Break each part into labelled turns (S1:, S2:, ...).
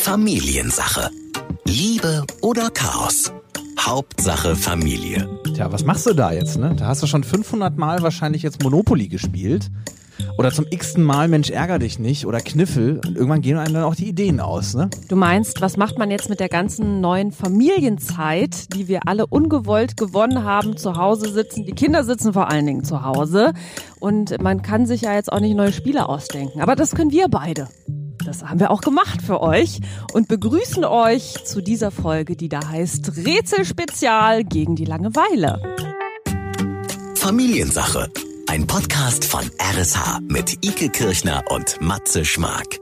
S1: Familiensache. Liebe oder Chaos? Hauptsache Familie.
S2: Tja, was machst du da jetzt? Ne? Da hast du schon 500 Mal wahrscheinlich jetzt Monopoly gespielt. Oder zum x-ten Mal, Mensch, ärger dich nicht. Oder Kniffel. Und irgendwann gehen einem dann auch die Ideen aus. Ne?
S3: Du meinst, was macht man jetzt mit der ganzen neuen Familienzeit, die wir alle ungewollt gewonnen haben, zu Hause sitzen? Die Kinder sitzen vor allen Dingen zu Hause. Und man kann sich ja jetzt auch nicht neue Spiele ausdenken. Aber das können wir beide. Das haben wir auch gemacht für euch und begrüßen euch zu dieser Folge, die da heißt Rätselspezial gegen die Langeweile.
S1: Familiensache. Ein Podcast von RSH mit Ike Kirchner und Matze Schmark.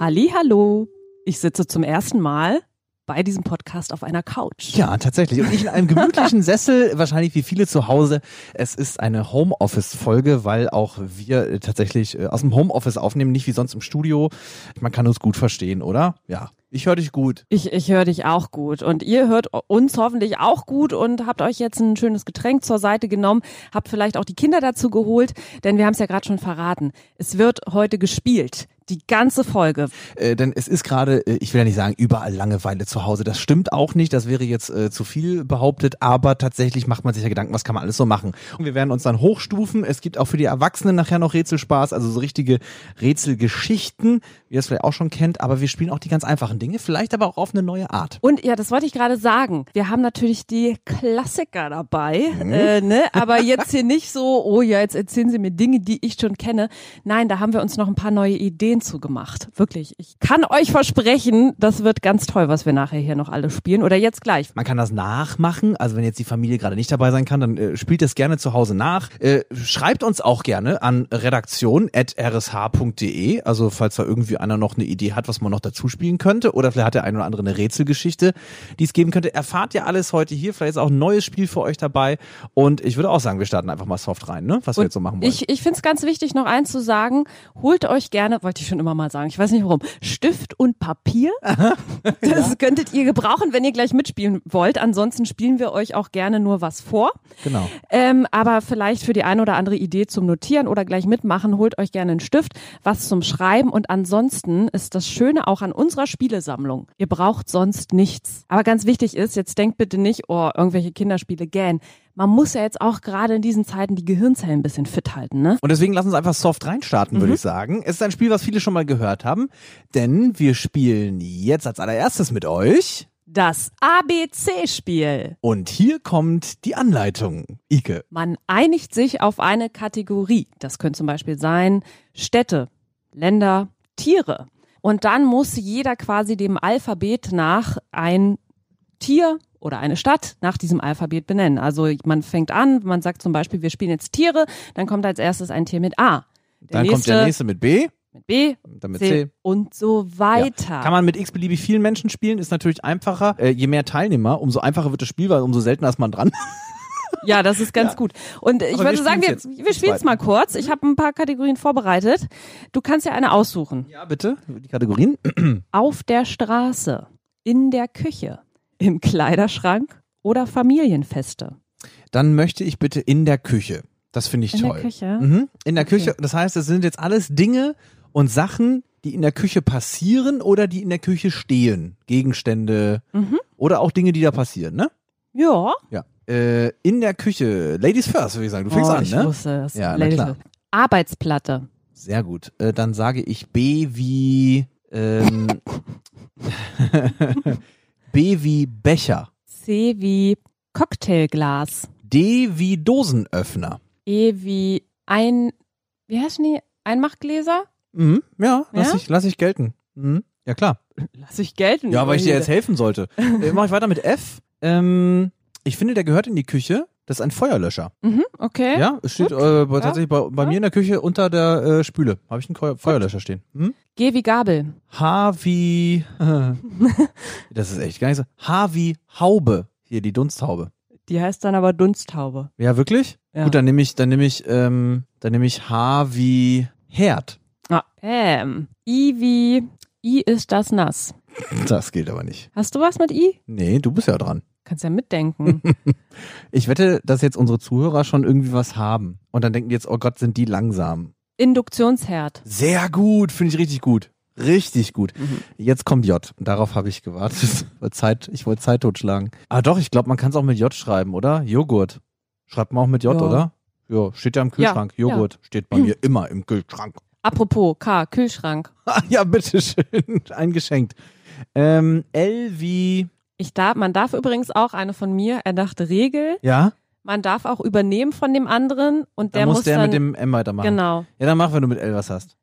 S3: Halli, hallo. Ich sitze zum ersten Mal bei diesem Podcast auf einer Couch.
S2: Ja, tatsächlich. Und ich in einem gemütlichen Sessel, wahrscheinlich wie viele zu Hause. Es ist eine Homeoffice-Folge, weil auch wir äh, tatsächlich äh, aus dem Homeoffice aufnehmen, nicht wie sonst im Studio. Man kann uns gut verstehen, oder? Ja. Ich höre dich gut.
S3: Ich, ich höre dich auch gut und ihr hört uns hoffentlich auch gut und habt euch jetzt ein schönes Getränk zur Seite genommen, habt vielleicht auch die Kinder dazu geholt, denn wir haben es ja gerade schon verraten. Es wird heute gespielt. Die ganze Folge.
S2: Äh, denn es ist gerade, äh, ich will ja nicht sagen, überall Langeweile zu Hause. Das stimmt auch nicht. Das wäre jetzt äh, zu viel behauptet. Aber tatsächlich macht man sich ja Gedanken, was kann man alles so machen. Und wir werden uns dann hochstufen. Es gibt auch für die Erwachsenen nachher noch Rätselspaß, also so richtige Rätselgeschichten, wie ihr es vielleicht auch schon kennt. Aber wir spielen auch die ganz einfachen Dinge, vielleicht aber auch auf eine neue Art.
S3: Und ja, das wollte ich gerade sagen. Wir haben natürlich die Klassiker dabei, äh, ne? aber jetzt hier nicht so, oh ja, jetzt erzählen Sie mir Dinge, die ich schon kenne. Nein, da haben wir uns noch ein paar neue Ideen zugemacht. Wirklich, ich kann euch versprechen, das wird ganz toll, was wir nachher hier noch alle spielen oder jetzt gleich.
S2: Man kann das nachmachen. Also wenn jetzt die Familie gerade nicht dabei sein kann, dann äh, spielt das gerne zu Hause nach. Äh, schreibt uns auch gerne an redaktion.rsh.de. Also falls da irgendwie einer noch eine Idee hat, was man noch dazu spielen könnte. Oder vielleicht hat der ein oder andere eine Rätselgeschichte, die es geben könnte. Erfahrt ihr alles heute hier. Vielleicht ist auch ein neues Spiel für euch dabei. Und ich würde auch sagen, wir starten einfach mal soft rein, ne? was wir jetzt so machen wollen.
S3: Ich, ich finde es ganz wichtig, noch eins zu sagen. Holt euch gerne, wollte ich schon immer mal sagen, ich weiß nicht warum, Stift und Papier. Das könntet ihr gebrauchen, wenn ihr gleich mitspielen wollt. Ansonsten spielen wir euch auch gerne nur was vor.
S2: genau.
S3: Ähm, aber vielleicht für die eine oder andere Idee zum Notieren oder gleich mitmachen, holt euch gerne einen Stift, was zum Schreiben. Und ansonsten ist das Schöne auch an unserer Spielesammlung. Ihr braucht sonst nichts. Aber ganz wichtig ist, jetzt denkt bitte nicht, oh, irgendwelche Kinderspiele, gähn. Man muss ja jetzt auch gerade in diesen Zeiten die Gehirnzellen ein bisschen fit halten, ne?
S2: Und deswegen lass uns einfach soft reinstarten, würde ich sagen. Es ist ein Spiel, was viele schon mal gehört haben, denn wir spielen jetzt als allererstes mit euch.
S3: Das ABC-Spiel.
S2: Und hier kommt die Anleitung. Ike.
S3: Man einigt sich auf eine Kategorie. Das können zum Beispiel sein Städte, Länder, Tiere. Und dann muss jeder quasi dem Alphabet nach ein Tier oder eine Stadt nach diesem Alphabet benennen. Also man fängt an, man sagt zum Beispiel, wir spielen jetzt Tiere, dann kommt als erstes ein Tier mit A. Der
S2: Dann kommt der nächste mit B,
S3: mit B,
S2: dann mit
S3: C
S2: C.
S3: und so weiter.
S2: Kann man mit x-beliebig vielen Menschen spielen, ist natürlich einfacher. Äh, je mehr Teilnehmer, umso einfacher wird das Spiel, weil umso seltener ist man dran.
S3: Ja, das ist ganz gut. Und ich
S2: Aber wir
S3: würde sagen, wir,
S2: spielen's jetzt. Mhm.
S3: wir spielen es
S2: Zweiten.
S3: mal kurz. Ich habe ein paar Kategorien vorbereitet. Du kannst ja eine aussuchen.
S2: Ja, bitte. Die Kategorien.
S3: Auf der Straße, in der Küche, im Kleiderschrank oder Familienfeste.
S2: Dann möchte ich bitte in der Küche. Das finde ich
S3: In der
S2: toll.
S3: Küche?
S2: Mhm. In der Küche. Das heißt, es sind jetzt alles Dinge und Sachen, die in der Küche passieren oder die in der Küche stehen. Gegenstände oder auch Dinge, die da passieren, ne?
S3: Mhm. Ja.
S2: Ja. Äh, in der Küche. Ladies first, würde ich sagen. Du fängst
S3: oh,
S2: an,
S3: ich
S2: ne?
S3: wusste das.
S2: Ja, na
S3: Ladies
S2: klar.
S3: first. Arbeitsplatte.
S2: Sehr gut. Äh, dann sage ich B wie ähm, B wie Becher,
S3: C wie Cocktailglas.
S2: D wie Dosenöffner.
S3: E wie ein, wie heißen die? Einmachgläser?
S2: Mhm. Ja, lass
S3: Ja?
S2: ich lass ich gelten. Mhm. Ja klar.
S3: Lass ich gelten.
S2: Ja, weil ich dir jetzt helfen sollte. Äh, Mache ich weiter mit F. Ähm, ich finde, der gehört in die Küche. Das ist ein Feuerlöscher.
S3: Mhm, okay.
S2: Ja, es steht
S3: Gut.
S2: äh, bei, tatsächlich bei, bei
S3: Ja.
S2: mir in der Küche unter der äh, Spüle. Habe ich einen Feu- Feuerlöscher stehen. Hm?
S3: G wie Gabel.
S2: H wie. das ist echt gar nicht so. H wie Haube. Hier, die Dunsthaube.
S3: Die heißt dann aber Dunsttaube.
S2: Ja, wirklich?
S3: Ja.
S2: Gut, dann nehme ich, dann nehme ich, ähm, dann nehme ich H wie Herd.
S3: Ah, ähm. I wie I ist das nass.
S2: Das gilt aber nicht.
S3: Hast du was mit I?
S2: Nee, du bist ja dran.
S3: Kannst ja mitdenken.
S2: Ich wette, dass jetzt unsere Zuhörer schon irgendwie was haben. Und dann denken die jetzt, oh Gott, sind die langsam.
S3: Induktionsherd.
S2: Sehr gut, finde ich richtig gut. Richtig gut.
S3: Mhm.
S2: Jetzt kommt J. Darauf habe ich gewartet. Weil Zeit, ich wollte Zeit totschlagen. Ah doch, ich glaube, man kann es auch mit J schreiben, oder? Joghurt. Schreibt man auch mit J,
S3: Ja.
S2: oder? Ja, steht ja im Kühlschrank.
S3: Ja,
S2: Joghurt steht bei mir immer im Kühlschrank.
S3: Apropos K, Kühlschrank.
S2: Ah, ja, bitteschön. Eingeschenkt. Ähm, L wie.
S3: Ich darf, man darf übrigens auch eine von mir erdachte Regel.
S2: Ja?
S3: Man darf auch übernehmen von dem anderen und
S2: Dann
S3: der
S2: muss der
S3: dann
S2: mit dem M weitermachen.
S3: genau
S2: Ja, dann mach, wenn du mit L was hast.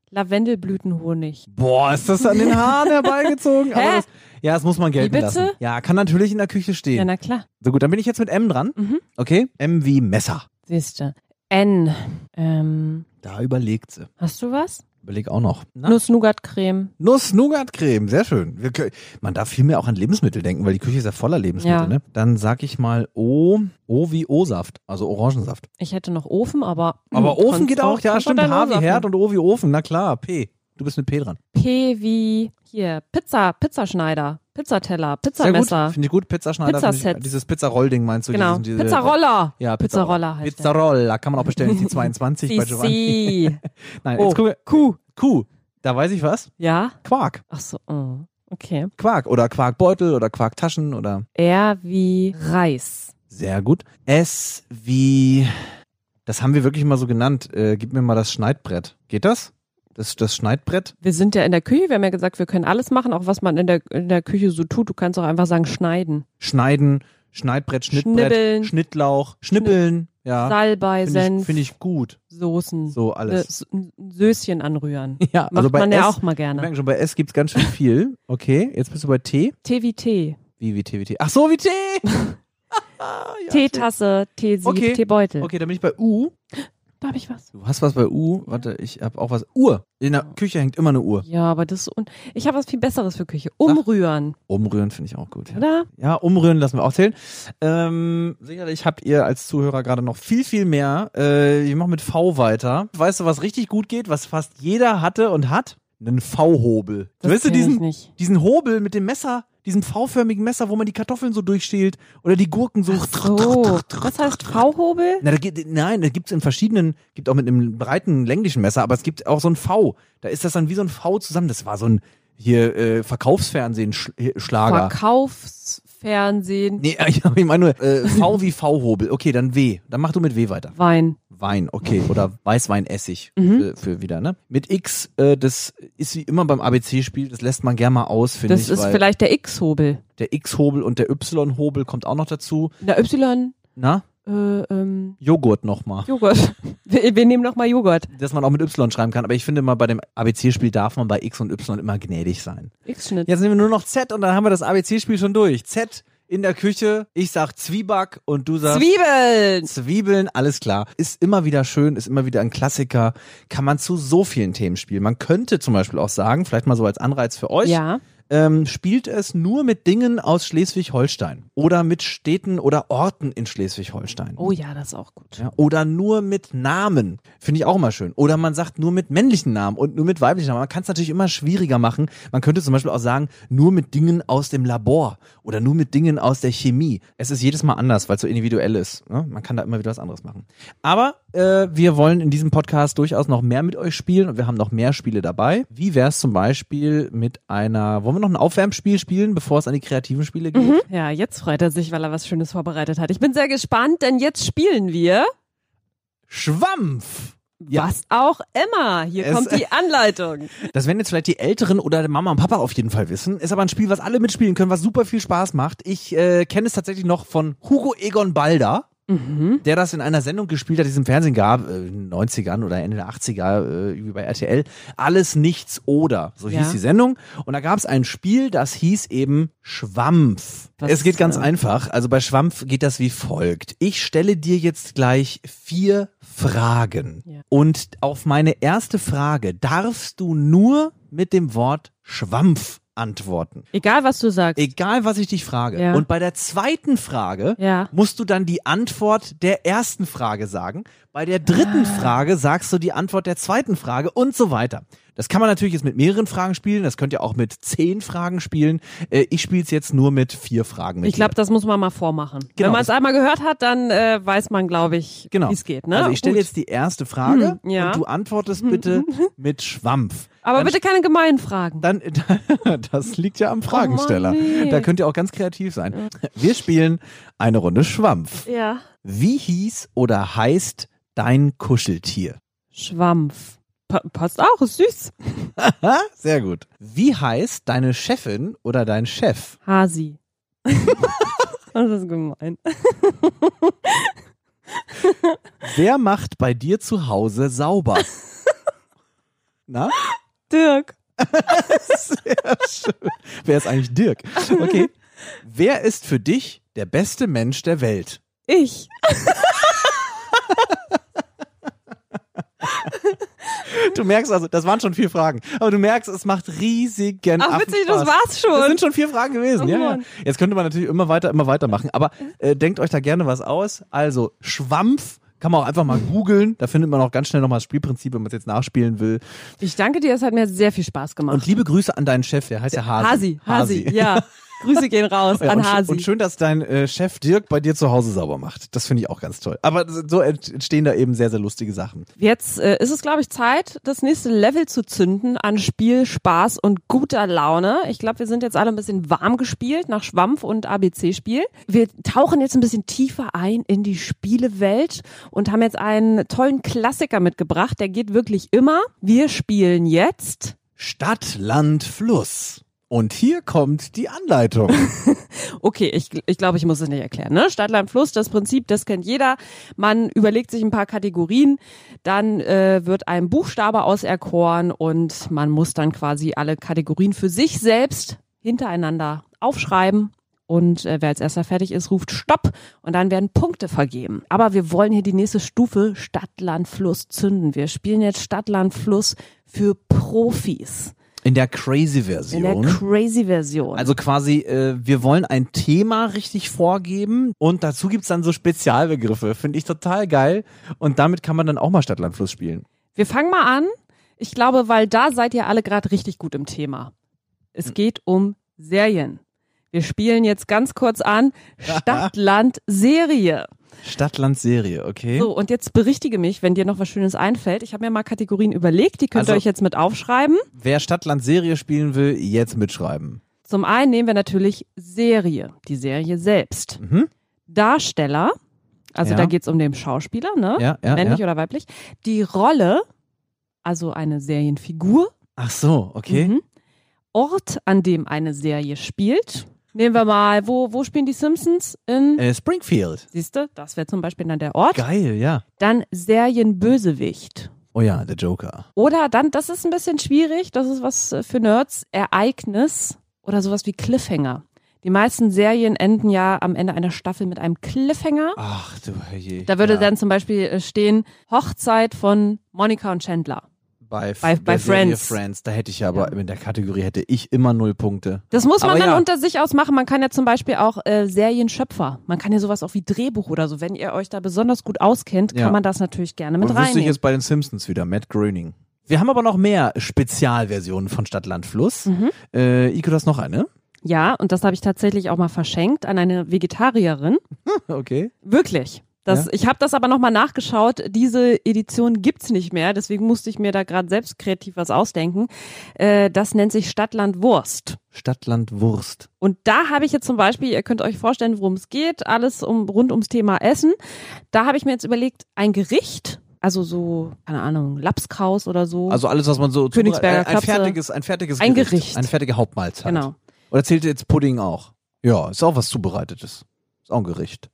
S3: Lavendelblütenhonig.
S2: Boah, ist das an den Haaren herbeigezogen? Aber
S3: Hä?
S2: das, ja, das muss man gelten
S3: Wie bitte?
S2: lassen. Ja, kann natürlich in der Küche stehen.
S3: Ja, na klar.
S2: so gut, dann bin ich jetzt mit M dran.
S3: Mhm.
S2: Okay? M wie Messer.
S3: Siehst du. N. Ähm,
S2: Da überlegt sie.
S3: hast du was?
S2: Überleg auch noch. Na?
S3: Nuss-Nougat-Creme.
S2: Nuss-Nougat-Creme, sehr schön. Wir, kö- man darf viel mehr auch an Lebensmittel denken, weil die Küche ist ja voller Lebensmittel,
S3: Ja.
S2: ne? Dann sag ich mal O, O wie O-Saft, also Orangensaft.
S3: Ich hätte noch Ofen, aber.
S2: Aber Ofen
S3: kannst
S2: geht auch, ja,
S3: kannst
S2: stimmt.
S3: deinen
S2: H wie
S3: Ofen.
S2: Herd und O wie Ofen, na klar, P. Du bist mit P dran.
S3: P wie hier Pizza, Pizzaschneider, Pizzateller,
S2: Sehr gut,
S3: Pizzamesser,
S2: finde ich gut. Pizzaschneider, find ich-
S3: Pizzasets.
S2: dieses Pizzaroll-Ding meinst du?
S3: genau,
S2: Dieses, diese-
S3: Pizzaroller.
S2: Ja,
S3: Pizzaroller heißt der.
S2: Pizzarolla, kann man auch bestellen, ist die 22 bei Giovanni.
S3: CC.
S2: Nein,
S3: Oh,
S2: jetzt gucken wir. Kuh. Kuh, da weiß ich was.
S3: Ja?
S2: Quark,
S3: Ach so, oh, okay.
S2: Quark oder Quarkbeutel oder Quarktaschen oder...
S3: R wie Reis.
S2: Sehr gut. S wie, das haben wir wirklich mal so genannt. Äh, gib mir mal das Schneidbrett. Geht das? Das, das Schneidbrett?
S3: Wir sind ja in der Küche, wir haben ja gesagt, wir können alles machen, auch was man in der, in der Küche so tut. Du kannst auch einfach sagen, schneiden.
S2: Schneiden, Schneidbrett, Schnittbrett,
S3: Schnibbeln.
S2: Schnittlauch, Schnippeln. Ja,
S3: Salbei,
S2: finde ich,
S3: Senf,
S2: find ich gut.
S3: Soßen,
S2: So alles. Also
S3: äh, S- ein Söschen anrühren.
S2: Ja,
S3: Macht man ja auch mal
S2: Wir
S3: gerne.
S2: merken schon, bei S gibt's ganz schön viel. Okay, jetzt bist du bei T.
S3: Tee wie Tee.
S2: Wie, wie T, wie T. Ach so, wie T! ja,
S3: Teetasse, Teesieb,
S2: Okay.
S3: Teebeutel.
S2: Okay, dann bin ich bei U.
S3: Da habe ich was.
S2: Du hast was bei U. Warte, ich habe auch was. Uhr. In der Küche hängt immer eine Uhr.
S3: Ja, aber das ist un ich habe was viel besseres für Küche. Umrühren,
S2: Umrühren finde ich auch gut. Ja.
S3: oder?
S2: Ja, umrühren lassen wir auch zählen. Ähm, sicherlich habt ihr als Zuhörer gerade noch viel, viel mehr. Äh, ich mache mit V weiter. Weißt du, was richtig gut geht, was fast jeder hatte und hat? Einen V-Hobel.
S3: Das
S2: Weißt du,
S3: kenn ich
S2: diesen,
S3: nicht.
S2: diesen Hobel mit dem Messer, diesem V-förmigen Messer, wo man die Kartoffeln so durchschält oder die Gurken so.
S3: So, was heißt V-Hobel?
S2: Na, da geht, nein, da gibt's in verschiedenen, gibt auch mit einem breiten länglichen Messer, aber es gibt auch so ein V. Da ist das dann wie so ein V zusammen. Das war so ein hier äh, Verkaufsfernsehen-Schlager.
S3: Verkaufsfernsehen,
S2: Nee, ich, ich meine nur äh, V wie V-Hobel. Okay, dann W. Dann mach du mit W weiter.
S3: Wein.
S2: Wein, okay. Oder Weißweinessig
S3: Mhm.
S2: für, für wieder, ne? Mit X, äh, das ist wie immer beim ABC-Spiel, das lässt man gern mal aus, finde ich.
S3: Das ist
S2: weil
S3: vielleicht der X-Hobel.
S2: der X-Hobel und der Y-Hobel kommt auch noch dazu.
S3: Der Y,
S2: Na,
S3: äh, ähm,
S2: Joghurt nochmal.
S3: Joghurt. Wir, wir nehmen nochmal Joghurt.
S2: Dass man auch mit Y schreiben kann, aber ich finde mal, bei dem ABC-Spiel darf man bei X und Y immer gnädig sein.
S3: X-Schnitt.
S2: Jetzt nehmen wir nur noch Z und dann haben wir das ABC-Spiel schon durch. Z in der Küche, ich sag Zwieback und du sagst.
S3: Zwiebeln.
S2: Zwiebeln, alles klar. Ist immer wieder schön, ist immer wieder ein Klassiker. Kann man zu so vielen Themen spielen. Man könnte zum Beispiel auch sagen, vielleicht mal so als Anreiz für euch,
S3: Ja,
S2: ähm, spielt es nur mit Dingen aus Schleswig-Holstein oder mit Städten oder Orten in Schleswig-Holstein.
S3: oh ja, das ist auch gut.
S2: Ja, oder nur mit Namen. Finde ich auch immer schön. Oder man sagt nur mit männlichen Namen und nur mit weiblichen Namen. Man kann es natürlich immer schwieriger machen. Man könnte zum Beispiel auch sagen, nur mit Dingen aus dem Labor oder nur mit Dingen aus der Chemie. Es ist jedes Mal anders, weil es so individuell ist. Ne? Man kann da immer wieder was anderes machen. Aber äh, wir wollen in diesem Podcast durchaus noch mehr mit euch spielen und wir haben noch mehr Spiele dabei. Wie wär's zum Beispiel mit einer, wollen wir noch ein Aufwärmspiel spielen, bevor es an die kreativen Spiele geht?
S3: Ja, jetzt freut er sich, weil er was Schönes vorbereitet hat. Ich bin sehr gespannt, denn jetzt spielen wir
S2: Schwampf! Ja.
S3: was auch immer. Hier
S2: Es-
S3: kommt die Anleitung.
S2: Das werden jetzt vielleicht die Älteren oder Mama und Papa auf jeden Fall wissen. Ist aber ein Spiel, was alle mitspielen können, was super viel Spaß macht. Ich äh, kenne es tatsächlich noch von Hugo Egon Balder, der das in einer Sendung gespielt hat, die es im Fernsehen gab, äh, in den 90ern oder Ende der 80er, äh, irgendwie bei RTL. Alles nichts oder, so
S3: Ja.
S2: hieß die Sendung. Und da gab es ein Spiel, das hieß eben Schwampf.
S3: Was
S2: es geht
S3: ist
S2: ganz
S3: das?
S2: einfach. Also bei Schwampf geht das wie folgt. Ich stelle dir jetzt gleich vier Fragen.
S3: Ja.
S2: Und auf meine erste Frage darfst du nur mit dem Wort Schwampf antworten.
S3: Egal, was du sagst.
S2: Egal, was ich dich frage.
S3: Ja.
S2: Und bei der zweiten Frage
S3: Ja.
S2: musst du dann die Antwort der
S3: Ah.
S2: ersten Frage sagen. Bei der dritten Frage sagst du die Antwort der zweiten Frage und so weiter. Das kann man natürlich jetzt mit mehreren Fragen spielen, das könnt ihr auch mit zehn Fragen spielen. Äh, ich spiele es jetzt nur mit vier Fragen. Mit
S3: Ich glaube, das muss man mal vormachen.
S2: Genau,
S3: Wenn man
S2: das-
S3: es einmal gehört hat, dann äh, weiß man, glaube ich,
S2: Genau.
S3: wie es geht. Ne?
S2: Also ich stelle
S3: Gut.
S2: jetzt die erste Frage
S3: Hm, ja.
S2: und du antwortest bitte mit Schwampf.
S3: Aber
S2: dann,
S3: bitte keine gemeinen Fragen. Oh
S2: Dann, das liegt ja am Fragensteller.
S3: nee.
S2: Da könnt ihr auch ganz kreativ sein. Wir spielen eine Runde Schwampf.
S3: Ja.
S2: Wie hieß oder heißt dein Kuscheltier?
S3: Schwampf. Pa passt auch, ist süß.
S2: Ha, sehr gut. Wie heißt deine Chefin oder dein Chef?
S3: Hasi. das ist gemein.
S2: Wer macht bei dir zu Hause sauber? Na?
S3: Dirk.
S2: Sehr schön. Wer ist eigentlich Dirk? Okay. Wer ist für dich der beste Mensch der Welt?
S3: Ich.
S2: Du merkst also, das waren schon vier Fragen, aber du merkst, es macht riesigen
S3: Ach, witzig, das
S2: Affenspaß.
S3: war's schon.
S2: Das sind schon vier Fragen gewesen.
S3: Oh
S2: ja, ja.
S3: Mann.
S2: Jetzt könnte man natürlich immer weiter, immer weitermachen, aber äh, denkt euch da gerne was aus. Also Schwampf kann man auch einfach mal googeln, da findet man auch ganz schnell nochmal das Spielprinzip, wenn man es jetzt nachspielen will.
S3: Ich danke dir, es hat mir sehr viel Spaß gemacht.
S2: Und liebe Grüße an deinen Chef, der heißt ja Hasi.
S3: Hasi, Hasi, ja. Grüße gehen raus
S2: Ja,
S3: an
S2: und, sch-
S3: Hasi.
S2: und schön, dass dein äh, Chef Dirk bei dir zu Hause sauber macht. Das finde ich auch ganz toll. Aber so ent- entstehen da eben sehr, sehr lustige Sachen.
S3: Jetzt äh, ist es, glaube ich, Zeit, das nächste Level zu zünden an Spiel, Spaß und guter Laune. Ich glaube, wir sind jetzt alle ein bisschen warm gespielt nach Schwampf und ABC-Spiel. Wir tauchen jetzt ein bisschen tiefer ein in die Spielewelt und haben jetzt einen tollen Klassiker mitgebracht. Der geht wirklich immer. Wir spielen jetzt.
S2: Stadt, Land, Fluss. Und hier kommt die Anleitung.
S3: Okay, ich, ich glaube, ich muss es nicht erklären. Ne? Stadt, Land, Fluss, das Prinzip, das kennt jeder. Man überlegt sich ein paar Kategorien, dann äh, wird ein Buchstabe auserkoren und man muss dann quasi alle Kategorien für sich selbst hintereinander aufschreiben. Und äh, wer als erster fertig ist, ruft Stopp und dann werden Punkte vergeben. Aber wir wollen hier die nächste Stufe Stadt, Land, Fluss zünden. Wir spielen jetzt Stadt, Land, Fluss für Profis
S2: In der Crazy-Version.
S3: in der Crazy-Version.
S2: also quasi, äh, wir wollen ein Thema richtig vorgeben und dazu gibt's dann so Spezialbegriffe. Finde ich total geil. Und damit kann man dann auch mal Stadt, Land, Fluss spielen.
S3: Wir fangen mal an. Ich glaube, weil da seid ihr alle gerade richtig gut im Thema.
S2: Hm.
S3: Es geht um Serien. Wir spielen jetzt ganz kurz an Stadt, Land, Serie.
S2: Stadt, Land, Serie, okay?
S3: So, und jetzt berichtige mich, wenn dir noch was Schönes einfällt. Ich habe mir mal Kategorien überlegt, die könnt ihr
S2: Also-
S3: euch jetzt mit aufschreiben.
S2: Wer Stadt, Land, Serie spielen will, jetzt mitschreiben.
S3: Zum einen nehmen wir natürlich Serie, die Serie selbst.
S2: Mhm.
S3: Darsteller, also
S2: Ja.
S3: da geht's um den Schauspieler, ne?
S2: Ja, ja,
S3: Männlich
S2: ja.
S3: oder weiblich. Die Rolle, also eine Serienfigur.
S2: Ach so, okay.
S3: Mhm. Ort, an dem eine Serie spielt. Nehmen wir mal, wo, wo spielen die Simpsons? In,
S2: Äh, Springfield.
S3: siehste, das wäre zum Beispiel dann der Ort.
S2: Geil, ja.
S3: Dann Serienbösewicht.
S2: Oh ja, der Joker.
S3: Oder dann, das ist ein bisschen schwierig, das ist was äh, für Nerds, Ereignis oder sowas wie Cliffhanger. Die meisten Serien enden ja am Ende einer Staffel mit einem Cliffhanger.
S2: Ach du je.
S3: Da würde
S2: ja.
S3: dann zum Beispiel äh, stehen, Hochzeit von Monika und Chandler.
S2: bei, F-
S3: bei-
S2: der
S3: bei
S2: Serie
S3: Friends.
S2: Friends, da hätte ich ja aber
S3: Ja.
S2: in der Kategorie hätte ich immer null Punkte.
S3: Das muss man
S2: Aber
S3: dann
S2: ja.
S3: unter sich ausmachen. Man kann ja zum Beispiel auch äh, Serienschöpfer. Man kann ja sowas auch wie Drehbuch oder so. Wenn ihr euch da besonders gut auskennt,
S2: Ja.
S3: kann man das natürlich gerne mit
S2: Und wüsste ich
S3: reinnehmen.
S2: jetzt bei den Simpsons wieder, Matt Groening. Wir haben aber noch mehr Spezialversionen von Stadt, Land, Fluss.
S3: Mhm.
S2: Äh, Ike, du hast noch eine?
S3: Ja, und das habe ich tatsächlich auch mal verschenkt an eine Vegetarierin.
S2: Okay.
S3: Wirklich. Das,
S2: Ja.
S3: Ich habe das aber nochmal nachgeschaut. Diese Edition gibt's nicht mehr. Deswegen musste ich mir da gerade selbst kreativ was ausdenken. Äh, das nennt sich Stadtland Wurst.
S2: Stadt, Land, Wurst.
S3: Und da habe ich jetzt zum Beispiel, ihr könnt euch vorstellen, worum es geht, alles um, rund ums Thema Essen. Da habe ich mir jetzt überlegt, ein Gericht, also so, keine Ahnung, Lapskaus oder so.
S2: Also alles, was man so zu-
S3: Oh. Königsberger
S2: ein, ein
S3: Klapse.
S2: fertiges, ein fertiges
S3: Ein
S2: Gericht,
S3: Gericht.
S2: Eine fertige Hauptmahlzeit.
S3: genau.
S2: Oder zählt jetzt Pudding auch? Ja, ist auch was Zubereitetes. Ist auch ein Gericht.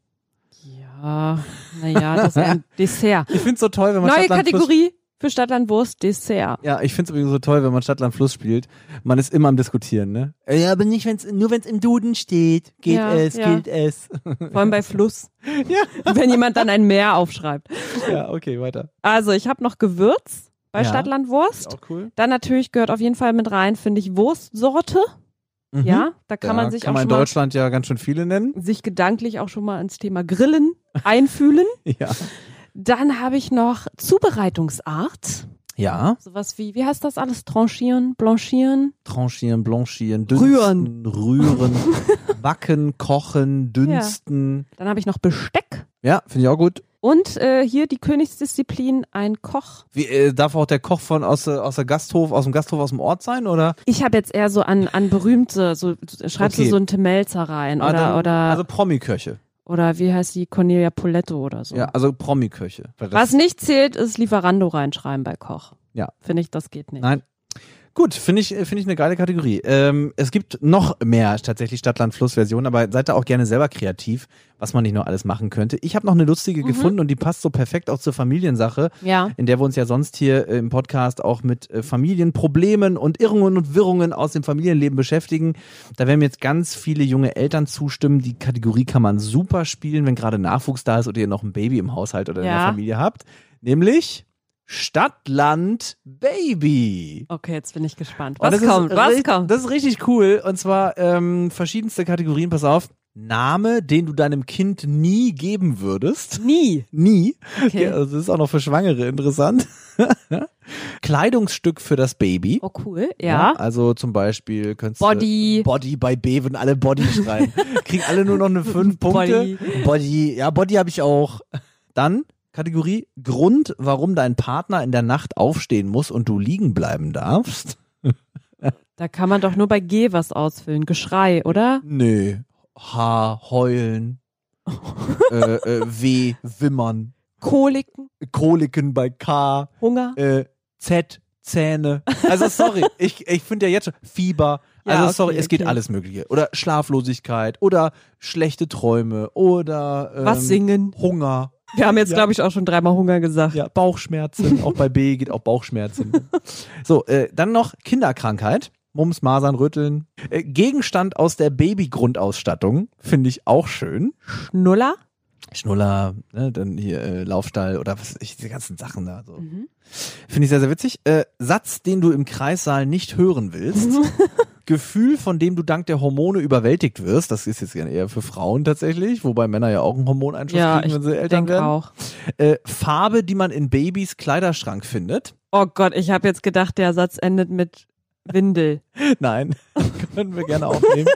S3: Ja, naja, das ist ein Dessert.
S2: Ich find's so toll, wenn man
S3: Neue
S2: Stadt, Land, Fluss
S3: Kategorie für Stadtlandwurst, Dessert.
S2: Ja, ich find's übrigens so toll, wenn man Stadtland Fluss spielt. Man ist immer am Diskutieren, ne? Ja, aber nicht, wenn's, nur wenn's im Duden steht.
S3: Geht Ja, es, ja. gilt
S2: es.
S3: Vor allem bei Fluss.
S2: Ja.
S3: Wenn jemand dann ein Meer aufschreibt.
S2: ja, okay, weiter.
S3: Also, ich habe noch Gewürz bei
S2: Ja.
S3: Stadtlandwurst.
S2: Auch cool.
S3: Dann natürlich gehört auf jeden Fall mit rein, finde ich, Wurstsorte.
S2: Mhm.
S3: Ja, da kann man sich
S2: kann
S3: auch
S2: man
S3: schon
S2: in
S3: mal
S2: Deutschland ja ganz schön viele nennen.
S3: sich gedanklich auch schon mal ins Thema Grillen einfühlen.
S2: Ja.
S3: Dann habe ich noch Zubereitungsart.
S2: Ja.
S3: Sowas wie, wie heißt das alles? Tranchieren, blanchieren?
S2: Tranchieren, blanchieren, dünsten,
S3: Rühren.
S2: rühren, backen, kochen, dünsten.
S3: Dann habe ich noch Besteck.
S2: Ja, finde ich auch gut.
S3: Und äh, hier die Königsdisziplin, ein Koch.
S2: Wie, äh, darf auch der Koch von aus, der- aus der Gasthof, aus dem Gasthof aus dem Ort sein oder?
S3: Ich habe jetzt eher so an, an berühmte, so schreibst
S2: Okay.
S3: du so einen Temelzer rein
S2: Ah,
S3: oder,
S2: dann-
S3: oder,
S2: also Promi-Köche.
S3: oder wie heißt die Cornelia Poletto oder so.
S2: Ja, also Promi-Köche. Weil das-
S3: Was nicht zählt, ist Lieferando reinschreiben bei Koch.
S2: Ja.
S3: Finde ich, das geht nicht.
S2: Nein. Gut, finde ich, äh, finde ich eine geile Kategorie. Ähm, es gibt noch mehr tatsächlich Stadtland-Fluss-Versionen, aber seid da auch gerne selber kreativ, was man nicht nur alles machen könnte. Ich habe noch eine lustige gefunden und die passt so perfekt auch zur Familiensache,
S3: Ja.
S2: in der wir uns ja sonst hier äh, im Podcast auch mit äh, Familienproblemen und Irrungen und Wirrungen aus dem Familienleben beschäftigen. Da werden mir jetzt ganz viele junge Eltern zustimmen. Die Kategorie kann man super spielen, wenn gerade Nachwuchs da ist oder ihr noch ein Baby im Haushalt oder in der
S3: Ja.
S2: Familie habt. Nämlich Stadtland Baby.
S3: Okay, jetzt bin ich gespannt.
S2: Und
S3: Was
S2: Oh, das ist
S3: kommt? Was
S2: richtig-
S3: kommt?
S2: Das ist richtig cool. Und zwar ähm, verschiedenste Kategorien. Pass auf. Name, den du deinem Kind nie geben würdest.
S3: Nie.
S2: Nie.
S3: Okay.
S2: Ja, also das ist auch noch für Schwangere interessant. Kleidungsstück für das Baby.
S3: Oh, cool. Ja.
S2: also zum Beispiel könntest
S3: Body.
S2: du Body bei Beven alle Body schreiben. Kriegen alle nur noch eine 5 Punkte. Body. Ja, Body habe ich auch. Dann Kategorie Grund, warum dein Partner in der Nacht aufstehen muss und du liegen bleiben darfst.
S3: Da kann man doch nur bei G was ausfüllen. Geschrei, oder?
S2: Nee. Haar heulen. äh, äh, weh, wimmern.
S3: Koliken,
S2: Koliken bei K.
S3: Hunger.
S2: Äh, Z, Zähne. Also sorry, ich, ich finde ja jetzt schon Fieber.
S3: Ja,
S2: also
S3: okay,
S2: sorry, es geht
S3: okay.
S2: alles Mögliche. Oder Schlaflosigkeit oder schlechte Träume oder ähm,
S3: Was singen?
S2: Hunger.
S3: Wir haben jetzt,
S2: Ja.
S3: glaube ich, auch schon dreimal Hunger gesagt.
S2: Ja, Bauchschmerzen. auch bei B geht auch Bauchschmerzen. so, äh, dann noch Kinderkrankheit. Mumps, Masern, Rütteln. Äh, Gegenstand aus der Babygrundausstattung finde ich auch schön.
S3: Schnuller?
S2: Schnuller, ne, dann hier äh, Laufstall oder was weiß ich, diese ganzen Sachen da. So.
S3: Mhm.
S2: Finde ich sehr, sehr witzig. Äh, Satz, den du im Kreissaal nicht hören willst. Gefühl, von dem du dank der Hormone überwältigt wirst. Das ist jetzt eher für Frauen tatsächlich, wobei Männer ja auch einen Hormoneinschuss
S3: Ja,
S2: kriegen,
S3: ich
S2: wenn sie Eltern
S3: denk
S2: werden.
S3: auch.
S2: Äh, Farbe, die man in Babys Kleiderschrank findet.
S3: Oh Gott, ich habe jetzt gedacht, der Satz endet mit Windel.
S2: Nein, können wir gerne aufnehmen.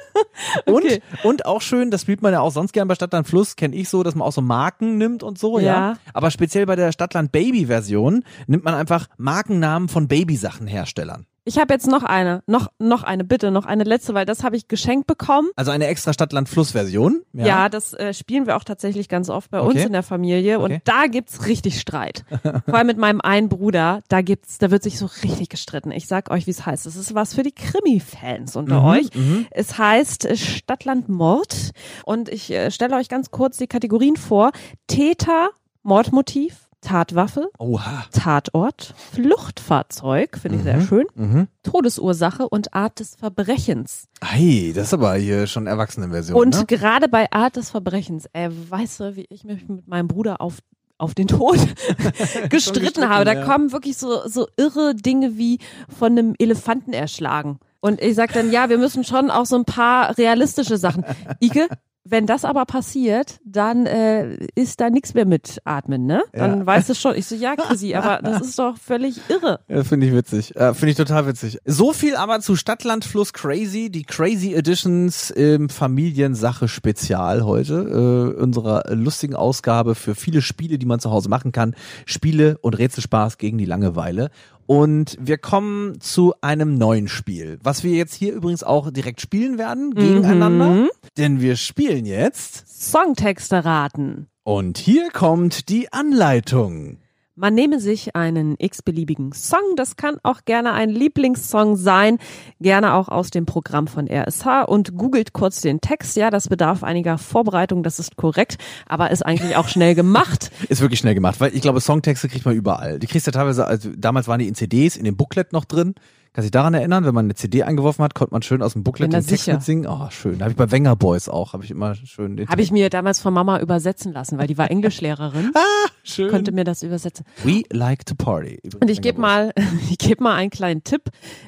S2: Und,
S3: Okay.
S2: und auch schön, das spielt man ja auch sonst gern bei Stadtland Fluss, kenne ich so, dass man auch so Marken nimmt und so, ja.
S3: Ja.
S2: Aber speziell bei der Stadtland Baby Version nimmt man einfach Markennamen von Babysachenherstellern.
S3: Ich habe jetzt noch eine, noch noch eine, bitte noch eine letzte, weil das habe ich geschenkt bekommen.
S2: Also eine extra Stadtland Fluss Version.
S3: Ja, das äh, spielen wir auch tatsächlich ganz oft bei uns
S2: Okay.
S3: in der Familie und
S2: Okay.
S3: da gibt's richtig Streit. Vor allem mit meinem einen Bruder, da gibt's, da wird sich so richtig gestritten. Ich sag euch, wie's heißt. Es ist was für die Krimi-Fans unter
S2: Mhm,
S3: euch. Es heißt äh, Stadtland Mord und ich äh, stelle euch ganz kurz die Kategorien vor: Täter, Mordmotiv, Tatwaffe,
S2: Oha.
S3: Tatort, Fluchtfahrzeug, finde ich sehr schön,
S2: Mhm.
S3: Todesursache und Art des Verbrechens.
S2: Ei, das ist aber hier schon Erwachsenenversion.
S3: Und
S2: ne?
S3: gerade bei Art des Verbrechens, ey, weißt du, wie ich mich mit meinem Bruder auf auf den Tod
S2: gestritten,
S3: gestritten habe. Da
S2: ja.
S3: kommen wirklich so, so irre Dinge wie von einem Elefanten erschlagen. Und ich sag dann, ja, wir müssen schon auch so ein paar realistische Sachen. Ike, wenn das aber passiert, dann äh, ist da nichts mehr mit Atmen, ne? Dann
S2: Ja.
S3: weißt du schon. Ich so, ja, Chrissy, aber das ist doch völlig irre.
S2: Ja, finde ich witzig. Äh, finde ich total witzig. So viel aber zu Stadtland Fluss Crazy, die Crazy Editions im Familiensache Spezial heute. Äh, unserer lustigen Ausgabe für viele Spiele, die man zu Hause machen kann. Spiele und Rätselspaß gegen die Langeweile. Und wir kommen zu einem neuen Spiel, was wir jetzt hier übrigens auch direkt spielen werden, gegeneinander. Denn wir spielen jetzt.
S3: Songtexte raten.
S2: Und hier kommt die Anleitung.
S3: Man nehme sich einen x-beliebigen Song, das kann auch gerne ein Lieblingssong sein, gerne auch aus dem Programm von RSH und googelt kurz den Text. Ja, das bedarf einiger Vorbereitung, das ist korrekt, aber ist eigentlich auch schnell gemacht.
S2: Ist wirklich schnell gemacht, weil ich glaube, Songtexte kriegt man überall. Die kriegst du ja teilweise, also damals waren die in CDs, in dem Booklet noch drin, Kann sich daran erinnern, wenn man eine CD eingeworfen hat, konnte man schön aus dem Booklet
S3: Bin da
S2: den Text
S3: sicher.
S2: mitsingen. Oh, schön. Habe ich bei Wenger Boys auch. Habe ich immer schön den
S3: Habe ich mir damals von Mama übersetzen lassen, weil die war Englischlehrerin,
S2: Text. Ah, Schön.
S3: konnte mir das übersetzen.
S2: We like to party.
S3: Und ich gebe mal, ich gebe mal einen kleinen Tipp.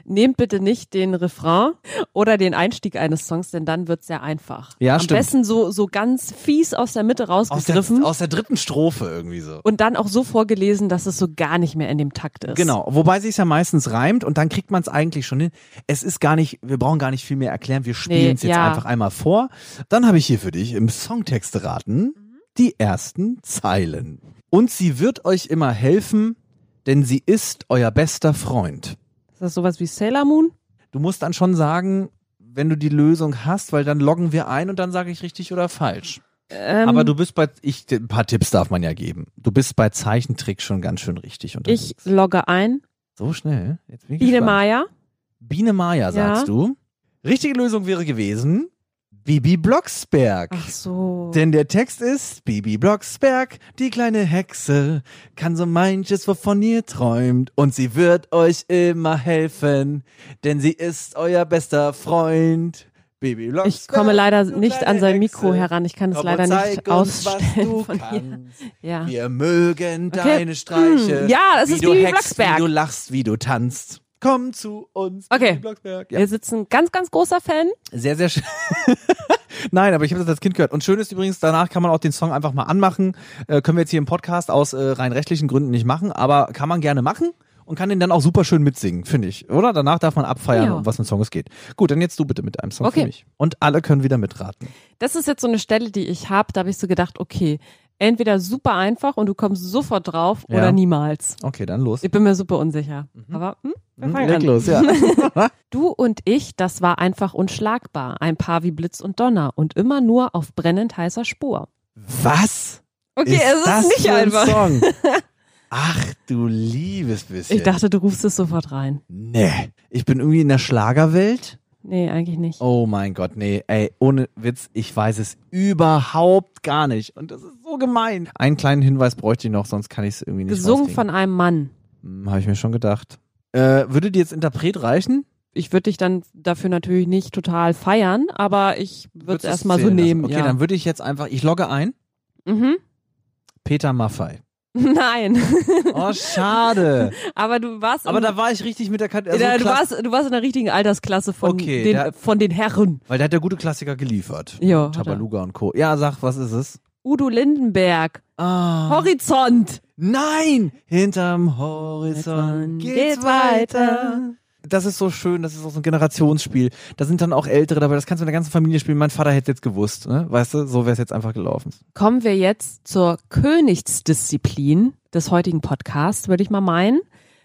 S3: Nehmt bitte nicht den Refrain oder den Einstieg eines Songs, denn dann wird's sehr einfach.
S2: Ja,
S3: Am
S2: stimmt.
S3: besten so, so ganz fies aus der Mitte
S2: Aus der,
S3: rausgegriffen
S2: aus der dritten Strophe irgendwie so.
S3: und dann auch so vorgelesen, dass es so gar nicht mehr in dem Takt ist.
S2: Genau, wobei sich's ja meistens reimt und dann kriegt man es eigentlich schon hin. Es ist gar nicht, wir brauchen gar nicht viel mehr erklären, wir spielen's
S3: Nee,
S2: jetzt
S3: ja.
S2: einfach einmal vor. Dann habe ich hier für dich im Songtext
S3: Mhm.
S2: raten die ersten Zeilen. Und sie wird euch immer helfen, denn sie ist euer bester Freund.
S3: Ist das sowas wie Sailor Moon?
S2: Du musst dann schon sagen, wenn du die Lösung hast, weil dann loggen wir ein und dann sage ich richtig oder falsch.
S3: Ähm,
S2: Aber du bist bei, ich, ein paar Tipps darf man ja geben. Du bist bei Zeichentrick schon ganz schön richtig unterwegs.
S3: ich logge ein.
S2: so schnell. Jetzt bin ich
S3: Biene
S2: gespannt.
S3: Maya.
S2: Biene Maya, sagst
S3: Ja.
S2: du? Richtige Lösung wäre gewesen Bibi Blocksberg.
S3: Ach so.
S2: Denn der Text ist Bibi Blocksberg, die kleine Hexe, kann so manches, wovon ihr träumt. Und sie wird euch immer helfen, denn sie ist euer bester Freund. Bibi Blocksberg.
S3: ich komme leider
S2: du
S3: nicht an
S2: kleine
S3: sein Mikro
S2: Hexe,
S3: heran. Ich kann es
S2: komm
S3: leider
S2: und zeig
S3: nicht
S2: uns,
S3: ausstellen
S2: was du
S3: von hier.
S2: kannst.
S3: Ja.
S2: Wir mögen
S3: Okay.
S2: deine Streiche.
S3: Hm. Ja, das
S2: wie
S3: ist
S2: du
S3: Bibi
S2: hackst,
S3: Blocksberg.
S2: Wie du lachst, wie du tanzt. Komm zu uns.
S3: Okay.
S2: Bibi Blocksberg. Ja.
S3: Wir sitzen ganz, ganz großer Fan.
S2: Sehr, sehr schön. Nein, aber ich habe das als Kind gehört. Und schön ist übrigens, danach kann man auch den Song einfach mal anmachen. Äh, können wir jetzt hier im Podcast aus äh, rein rechtlichen Gründen nicht machen, aber kann man gerne machen und kann den dann auch super schön mitsingen, finde ich. Oder? Danach darf man abfeiern,
S3: Ja.
S2: um was für ein Song es geht. Gut, dann jetzt du bitte mit einem Song
S3: Okay.
S2: für mich. Und alle können wieder mitraten.
S3: Das ist jetzt so eine Stelle, die ich habe. Da habe ich so gedacht, okay, entweder super einfach und du kommst sofort drauf
S2: Ja.
S3: oder niemals.
S2: Okay, dann los.
S3: Ich bin mir super unsicher. Aber hm, wir
S2: Hm,
S3: fangen
S2: leg
S3: an.
S2: los, ja.
S3: Du und ich, das war einfach unschlagbar. Ein Paar wie Blitz und Donner und immer nur auf brennend heißer Spur.
S2: was?
S3: Okay,
S2: ist
S3: es ist
S2: das
S3: nicht
S2: für ein
S3: einfach.
S2: Song? Ach du liebes bisschen.
S3: Ich dachte, du rufst es sofort rein.
S2: Nee. Ich bin irgendwie in der Schlagerwelt.
S3: Nee, eigentlich nicht.
S2: Oh mein Gott, nee, ey, ohne Witz, ich weiß es überhaupt gar nicht. Und das ist so gemein. Einen kleinen Hinweis bräuchte ich noch, sonst kann ich es irgendwie nicht
S3: Gesungen von einem Mann.
S2: Habe ich mir schon gedacht. Äh, würde dir jetzt Interpret reichen?
S3: Ich würde dich dann dafür natürlich nicht total feiern, aber ich würde es
S2: Würdest du's
S3: erstmal so
S2: zählen lassen?
S3: nehmen.
S2: Okay,
S3: ja.
S2: dann würde ich jetzt einfach, ich logge ein.
S3: mhm.
S2: Peter Maffei.
S3: Nein.
S2: Oh, schade.
S3: aber du warst
S2: Aber
S3: im-
S2: da war ich richtig mit der Kat also
S3: ja, du,
S2: Klass-
S3: warst, du warst in der richtigen Altersklasse von,
S2: Okay,
S3: den,
S2: da-
S3: von den Herren.
S2: Weil der hat ja gute Klassiker geliefert.
S3: Ja, hat er.
S2: Tabaluga und Co. Ja, sag, was ist es?
S3: Udo Lindenberg,
S2: Ah.
S3: Horizont.
S2: Nein! Hinterm Horizont geht's weiter. Das ist so schön, das ist auch so ein Generationsspiel. Da sind dann auch Ältere dabei, das kannst du mit der ganzen Familie spielen. Mein Vater hätte jetzt gewusst, ne? weißt du, so wäre es jetzt einfach gelaufen.
S3: Kommen wir jetzt zur Königsdisziplin des heutigen Podcasts, würde ich mal meinen.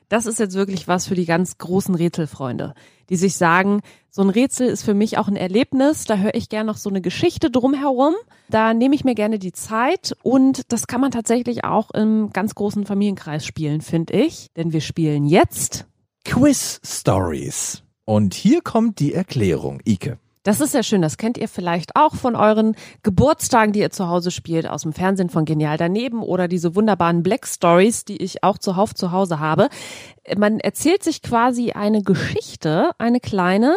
S3: Das ist jetzt wirklich was für die ganz großen Rätselfreunde, die sich sagen, so ein Rätsel ist für mich auch ein Erlebnis, da höre ich gerne noch so eine Geschichte drumherum, da nehme ich mir gerne die Zeit und das kann man tatsächlich auch im ganz großen Familienkreis spielen, finde ich. Denn wir spielen jetzt
S2: Quiz Stories. Und hier kommt die Erklärung, Ike.
S3: Das ist sehr schön. Das kennt ihr vielleicht auch von euren Geburtstagen, die ihr zu Hause spielt, aus dem Fernsehen von Genial daneben oder diese wunderbaren Black Stories, die ich auch zuhauf zu Hause habe. Man erzählt sich quasi eine Geschichte, eine kleine,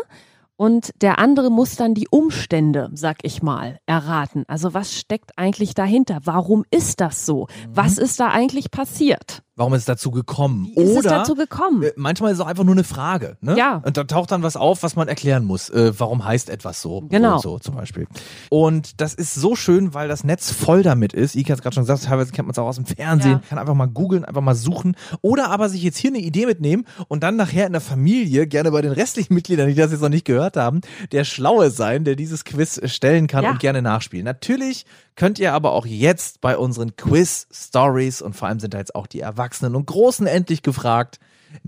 S3: und der andere muss dann die Umstände, sag ich mal, erraten. Also was steckt eigentlich dahinter? Warum ist das so? Was ist da eigentlich passiert?
S2: Warum ist es dazu gekommen?
S3: Wie ist es dazu gekommen?
S2: äh, manchmal ist es auch einfach nur eine Frage. Ne?
S3: Ja.
S2: Und da taucht dann was auf, was man erklären muss. Äh, warum heißt etwas so?
S3: Genau.
S2: So, und so zum Beispiel. Und das ist so schön, weil das Netz voll damit ist. Ike hat es gerade schon gesagt, teilweise kennt man es auch aus dem Fernsehen.
S3: Ja.
S2: Kann einfach mal googeln, einfach mal suchen. Oder aber sich jetzt hier eine Idee mitnehmen und dann nachher in der Familie, gerne bei den restlichen Mitgliedern, die das jetzt noch nicht gehört haben, der Schlaue sein, der dieses Quiz stellen kann
S3: Ja.
S2: und gerne nachspielen. Natürlich könnt ihr aber auch jetzt bei unseren Quiz-Stories und vor allem sind da jetzt auch die Erwachsenen und Großen endlich gefragt,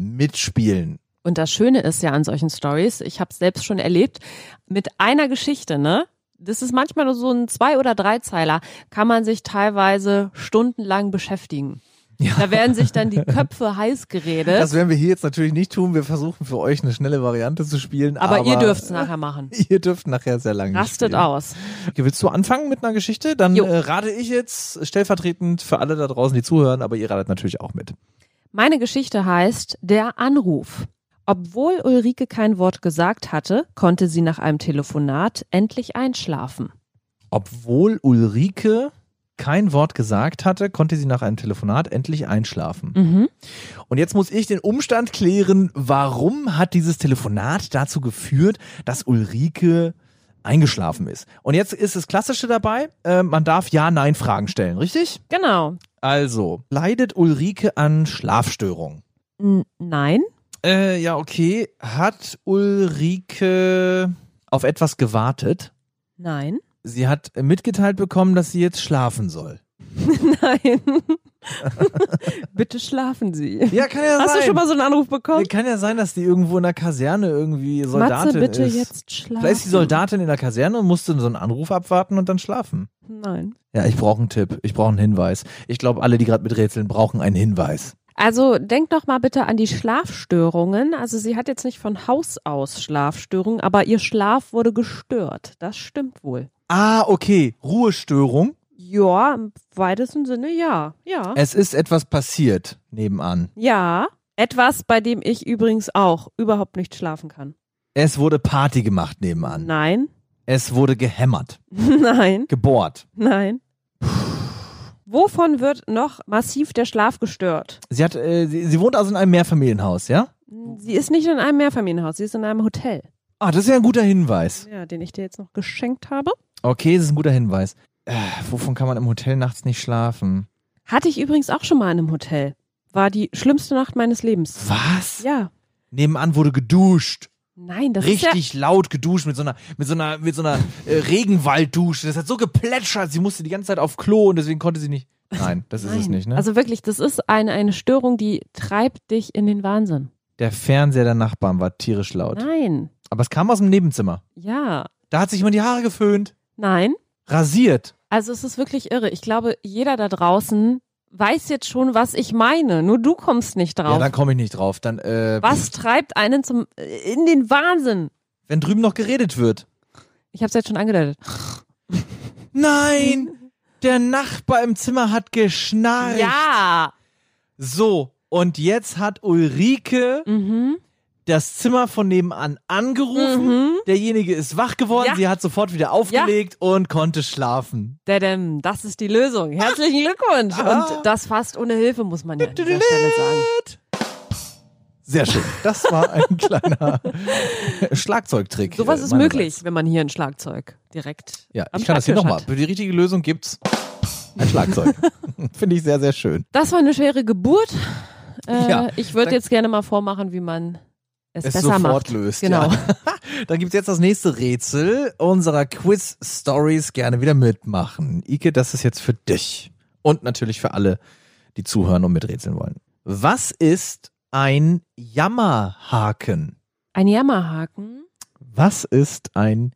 S2: mitspielen.
S3: Und das Schöne ist ja an solchen Stories, ich habe es selbst schon erlebt, mit einer Geschichte, ne? Das ist manchmal nur so ein Zwei- oder Dreizeiler, kann man sich teilweise stundenlang beschäftigen. Da werden sich dann die Köpfe heiß geredet,
S2: Das werden wir hier jetzt natürlich nicht tun. Wir versuchen für euch eine schnelle Variante zu spielen.
S3: aber,
S2: Aber,
S3: ihr dürft's nachher machen.
S2: Ihr dürft nachher sehr lange
S3: Rastet
S2: spielen.
S3: aus.
S2: Okay, willst du anfangen mit einer Geschichte? Dann
S3: Jo.
S2: äh, rate ich jetzt stellvertretend für alle da draußen, die zuhören, aber ihr ratet natürlich auch mit.
S3: Meine Geschichte heißt Der Anruf. Obwohl Ulrike kein Wort gesagt hatte, konnte sie nach einem Telefonat endlich einschlafen.
S2: Obwohl Ulrike kein Wort gesagt hatte, konnte sie nach einem Telefonat endlich einschlafen.
S3: Mhm.
S2: Und jetzt muss ich den Umstand klären, warum hat dieses Telefonat dazu geführt, dass Ulrike eingeschlafen ist. Und jetzt ist das Klassische dabei, äh, man darf Ja-Nein-Fragen stellen, richtig?
S3: Genau.
S2: Also, leidet Ulrike an Schlafstörungen?
S3: N nein.
S2: Äh, ja, okay. Hat Ulrike auf etwas gewartet?
S3: Nein.
S2: Sie hat mitgeteilt bekommen, dass sie jetzt schlafen soll.
S3: Nein. Bitte schlafen Sie.
S2: Ja, kann ja
S3: Hast du schon mal so einen Anruf bekommen?
S2: Kann ja sein, dass die irgendwo in der Kaserne irgendwie Soldatin
S3: Matze, bitte
S2: ist.
S3: jetzt schlafen.
S2: Vielleicht ist die Soldatin in der Kaserne und musste so einen Anruf abwarten und dann schlafen.
S3: Nein.
S2: Ja, ich brauche einen Tipp. Ich brauche einen Hinweis. Ich glaube, alle, die gerade miträtseln, brauchen einen Hinweis.
S3: Also denk doch mal bitte an die Schlafstörungen. Also sie hat jetzt nicht von Haus aus Schlafstörungen, aber ihr Schlaf wurde gestört. Das stimmt wohl.
S2: Ah, okay. Ruhestörung.
S3: Ja, im weitesten Sinne ja. Ja.
S2: Es ist etwas passiert nebenan.
S3: Ja. Etwas, bei dem ich übrigens auch überhaupt nicht schlafen kann.
S2: Es wurde Party gemacht nebenan.
S3: Nein,
S2: Es wurde gehämmert.
S3: nein,
S2: Gebohrt.
S3: nein. Wovon wird noch massiv der Schlaf gestört?
S2: Sie hat, äh, sie, sie wohnt also in einem Mehrfamilienhaus, ja?
S3: Sie ist nicht in einem Mehrfamilienhaus, sie ist in einem Hotel.
S2: Ah, das ist ja ein guter Hinweis.
S3: Ja, den ich dir jetzt noch geschenkt habe.
S2: Okay, das ist ein guter Hinweis. Äh, wovon kann man im Hotel nachts nicht schlafen?
S3: Hatte ich übrigens auch schon mal in einem Hotel. War die schlimmste Nacht meines Lebens.
S2: Was?
S3: Ja.
S2: Nebenan wurde geduscht.
S3: Nein, das ist ja
S2: Richtig laut geduscht mit so einer, mit so einer, mit so einer äh, Regenwalddusche. Das hat so geplätschert. Sie musste die ganze Zeit auf Klo und deswegen konnte sie nicht. Nein, das ist es
S3: Nein.
S2: nicht, ne?
S3: Also wirklich, das ist eine, eine Störung, die treibt dich in den Wahnsinn.
S2: Der Fernseher der Nachbarn war tierisch laut.
S3: Nein.
S2: Aber es kam aus dem Nebenzimmer.
S3: Ja.
S2: Da hat sich jemand die Haare geföhnt.
S3: Nein.
S2: Rasiert.
S3: Also es ist wirklich irre. Ich glaube, jeder da draußen weiß jetzt schon, was ich meine. Nur du kommst nicht
S2: Ja,
S3: drauf.
S2: dann komme ich nicht drauf. Dann, äh,
S3: was treibt einen zum äh, in den Wahnsinn?
S2: wenn drüben noch geredet wird.
S3: Ich habe es jetzt schon angedeutet.
S2: Nein! Der Nachbar im Zimmer hat geschnarcht.
S3: Ja.
S2: So, und jetzt hat Ulrike
S3: Mhm.
S2: das Zimmer von nebenan angerufen.
S3: Mhm.
S2: Derjenige ist wach geworden,
S3: Ja.
S2: sie hat sofort wieder aufgelegt und konnte schlafen.
S3: Dadam, das ist die Lösung. Herzlichen Glückwunsch.
S2: Ah.
S3: Und das fast ohne Hilfe, muss man ja an dieser Stelle sagen.
S2: Sehr schön. Das war ein kleiner Schlagzeugtrick.
S3: Sowas
S2: äh,
S3: ist
S2: meinerseits.
S3: möglich, wenn man hier ein Schlagzeug direkt
S2: Ja,
S3: am
S2: ich kann das hier
S3: Schreibtisch
S2: nochmal.
S3: hat.
S2: Für die richtige Lösung gibt's ein Schlagzeug. Finde ich sehr, sehr schön.
S3: Das war eine schwere Geburt. Äh,
S2: Ja,
S3: ich würde
S2: dann-
S3: jetzt gerne mal vormachen, wie man es,
S2: Es
S3: besser
S2: sofort
S3: macht.
S2: löst.
S3: Genau.
S2: Ja. Dann gibt's jetzt das nächste Rätsel unserer Quiz-Stories. Gerne wieder mitmachen. Ike, das ist jetzt für dich. Und natürlich für alle, die zuhören und miträtseln wollen. Was ist ein Jammerhaken?
S3: Ein Jammerhaken.
S2: Was ist ein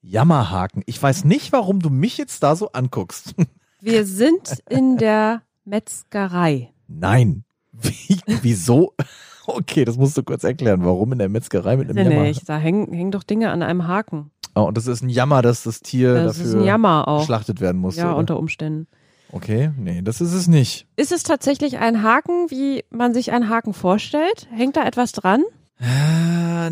S2: Jammerhaken? Ich weiß nicht, warum du mich jetzt da so anguckst.
S3: Wir sind in der Metzgerei.
S2: Nein. Wie, wieso? Okay, das musst du kurz erklären. Warum in der Metzgerei mit einem
S3: Sind
S2: Jammer?
S3: nicht. Da hängen, hängen doch Dinge an einem Haken.
S2: Oh, und das ist ein Jammer, dass das Tier
S3: Das
S2: Äh, dafür
S3: ist ein Jammer auch.
S2: geschlachtet werden musste. ne?
S3: ja,
S2: oder?
S3: unter Umständen.
S2: Okay, nee, das ist es nicht.
S3: Ist es tatsächlich ein Haken, wie man sich einen Haken vorstellt? Hängt da etwas dran? Ah,
S2: Äh,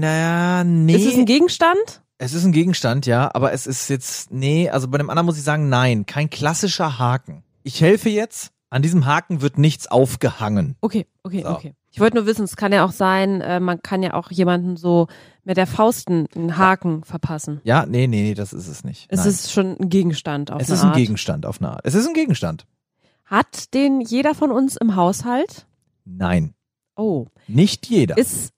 S2: naja, nee.
S3: Ist es ein Gegenstand?
S2: es ist ein Gegenstand, ja, aber es ist jetzt, nee, also bei dem anderen muss ich sagen, nein, kein klassischer Haken. Ich helfe jetzt, an diesem Haken wird nichts aufgehangen.
S3: Okay, okay,
S2: So.
S3: okay. Ich wollte nur wissen, es kann ja auch sein, äh, man kann ja auch jemanden so mit der Faust einen- einen Haken verpassen.
S2: Ja, nee, nee, nee, das ist es nicht.
S3: Es
S2: nein.
S3: ist schon ein Gegenstand auf
S2: es
S3: eine
S2: ist ein
S3: Art.
S2: Gegenstand auf eine Art. Es ist ein Gegenstand.
S3: Hat den jeder von uns im Haushalt?
S2: Nein,
S3: Oh.
S2: nicht jeder.
S3: Ist,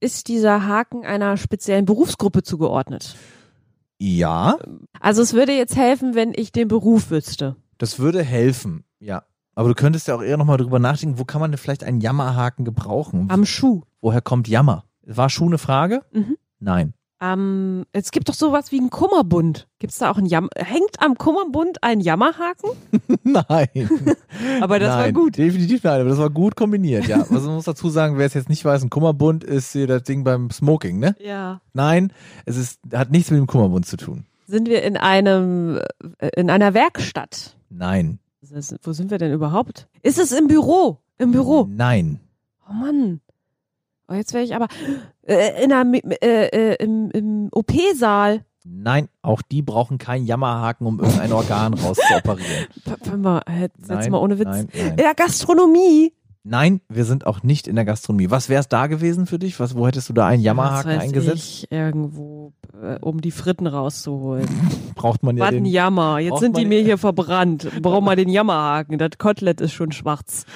S3: ist dieser Haken einer speziellen Berufsgruppe zugeordnet?
S2: ja,
S3: Also es würde jetzt helfen, wenn ich den Beruf wüsste.
S2: das würde helfen, ja. Aber du könntest ja auch eher nochmal drüber nachdenken, wo kann man denn vielleicht einen Jammerhaken gebrauchen?
S3: Am Schuh.
S2: Woher kommt Jammer? War Schuh eine Frage?
S3: Mhm.
S2: Nein.
S3: Ähm, es gibt doch sowas wie einen Kummerbund. Gibt es da auch einen Jam Hängt am Kummerbund ein Jammerhaken?
S2: Nein.
S3: Aber das war
S2: nein,
S3: gut.
S2: Definitiv nein, aber das war gut kombiniert, ja. Also man muss dazu sagen, wer es jetzt nicht weiß, ein Kummerbund ist hier das Ding beim Smoking, ne?
S3: Ja.
S2: Nein, es ist, hat nichts mit dem Kummerbund zu tun.
S3: Sind wir in einem äh, in einer Werkstatt?
S2: Nein.
S3: Das ist- Wo sind wir denn überhaupt? Ist es im Büro? Im Büro.
S2: Nein.
S3: Oh Mann. Oh, jetzt wäre ich aber äh, in einem, äh, äh, im, im OP-Saal.
S2: Nein, auch die brauchen keinen Jammerhaken, um irgendein Organ rauszuoperieren.
S3: P- p- Mal, äh, jetzt
S2: Nein,
S3: mal ohne Witz.
S2: Nein,
S3: In
S2: nein.
S3: der Gastronomie.
S2: nein, wir sind auch nicht in der Gastronomie. Was wäre es da gewesen für dich? Was, wo hättest du da einen Jammerhaken
S3: Was weiß
S2: eingesetzt?
S3: Ich, irgendwo, äh, um die Fritten rauszuholen.
S2: Braucht man ja
S3: Was ein
S2: den.
S3: Jammer. Jetzt
S2: braucht
S3: sind die
S2: man-
S3: mir hier verbrannt. Brauchen wir den Jammerhaken. Das Kotelett ist schon schwarz.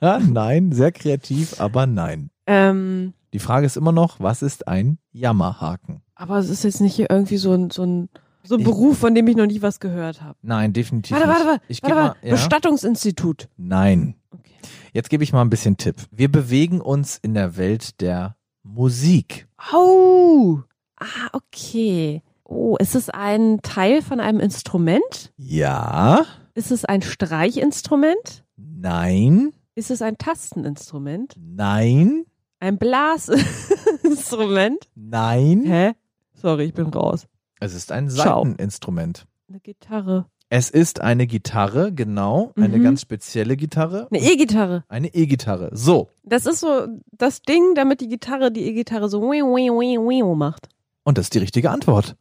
S2: nein, sehr kreativ, aber nein.
S3: Ähm,
S2: Die Frage ist immer noch, was ist ein Jammerhaken?
S3: aber es ist jetzt nicht hier irgendwie so ein, so ein, so ein
S2: Ich-
S3: Beruf, von dem ich noch nie was gehört habe.
S2: Nein, definitiv
S3: Warte,
S2: nicht.
S3: warte, warte.
S2: ich geb
S3: warte, warte.
S2: Mal, ja?
S3: Bestattungsinstitut.
S2: Nein.
S3: Okay.
S2: Jetzt gebe ich mal ein bisschen Tipp. Wir bewegen uns in der Welt der Musik.
S3: Au! Ah, okay. Oh, ist es ein Teil von einem Instrument?
S2: Ja,
S3: Ist es ein Streichinstrument?
S2: nein,
S3: Ist es ein Tasteninstrument?
S2: nein,
S3: Ein Blasinstrument?
S2: nein.
S3: Hä? Sorry, ich bin raus.
S2: Es ist ein
S3: Ciao.
S2: Saiteninstrument.
S3: Eine Gitarre.
S2: Es ist eine Gitarre, genau, eine
S3: Mhm.
S2: ganz spezielle Gitarre.
S3: Eine E-Gitarre.
S2: Eine E-Gitarre. So,
S3: Das ist so das Ding, damit die Gitarre die E-Gitarre so wii, wii, wii, wii macht.
S2: und das ist die richtige Antwort.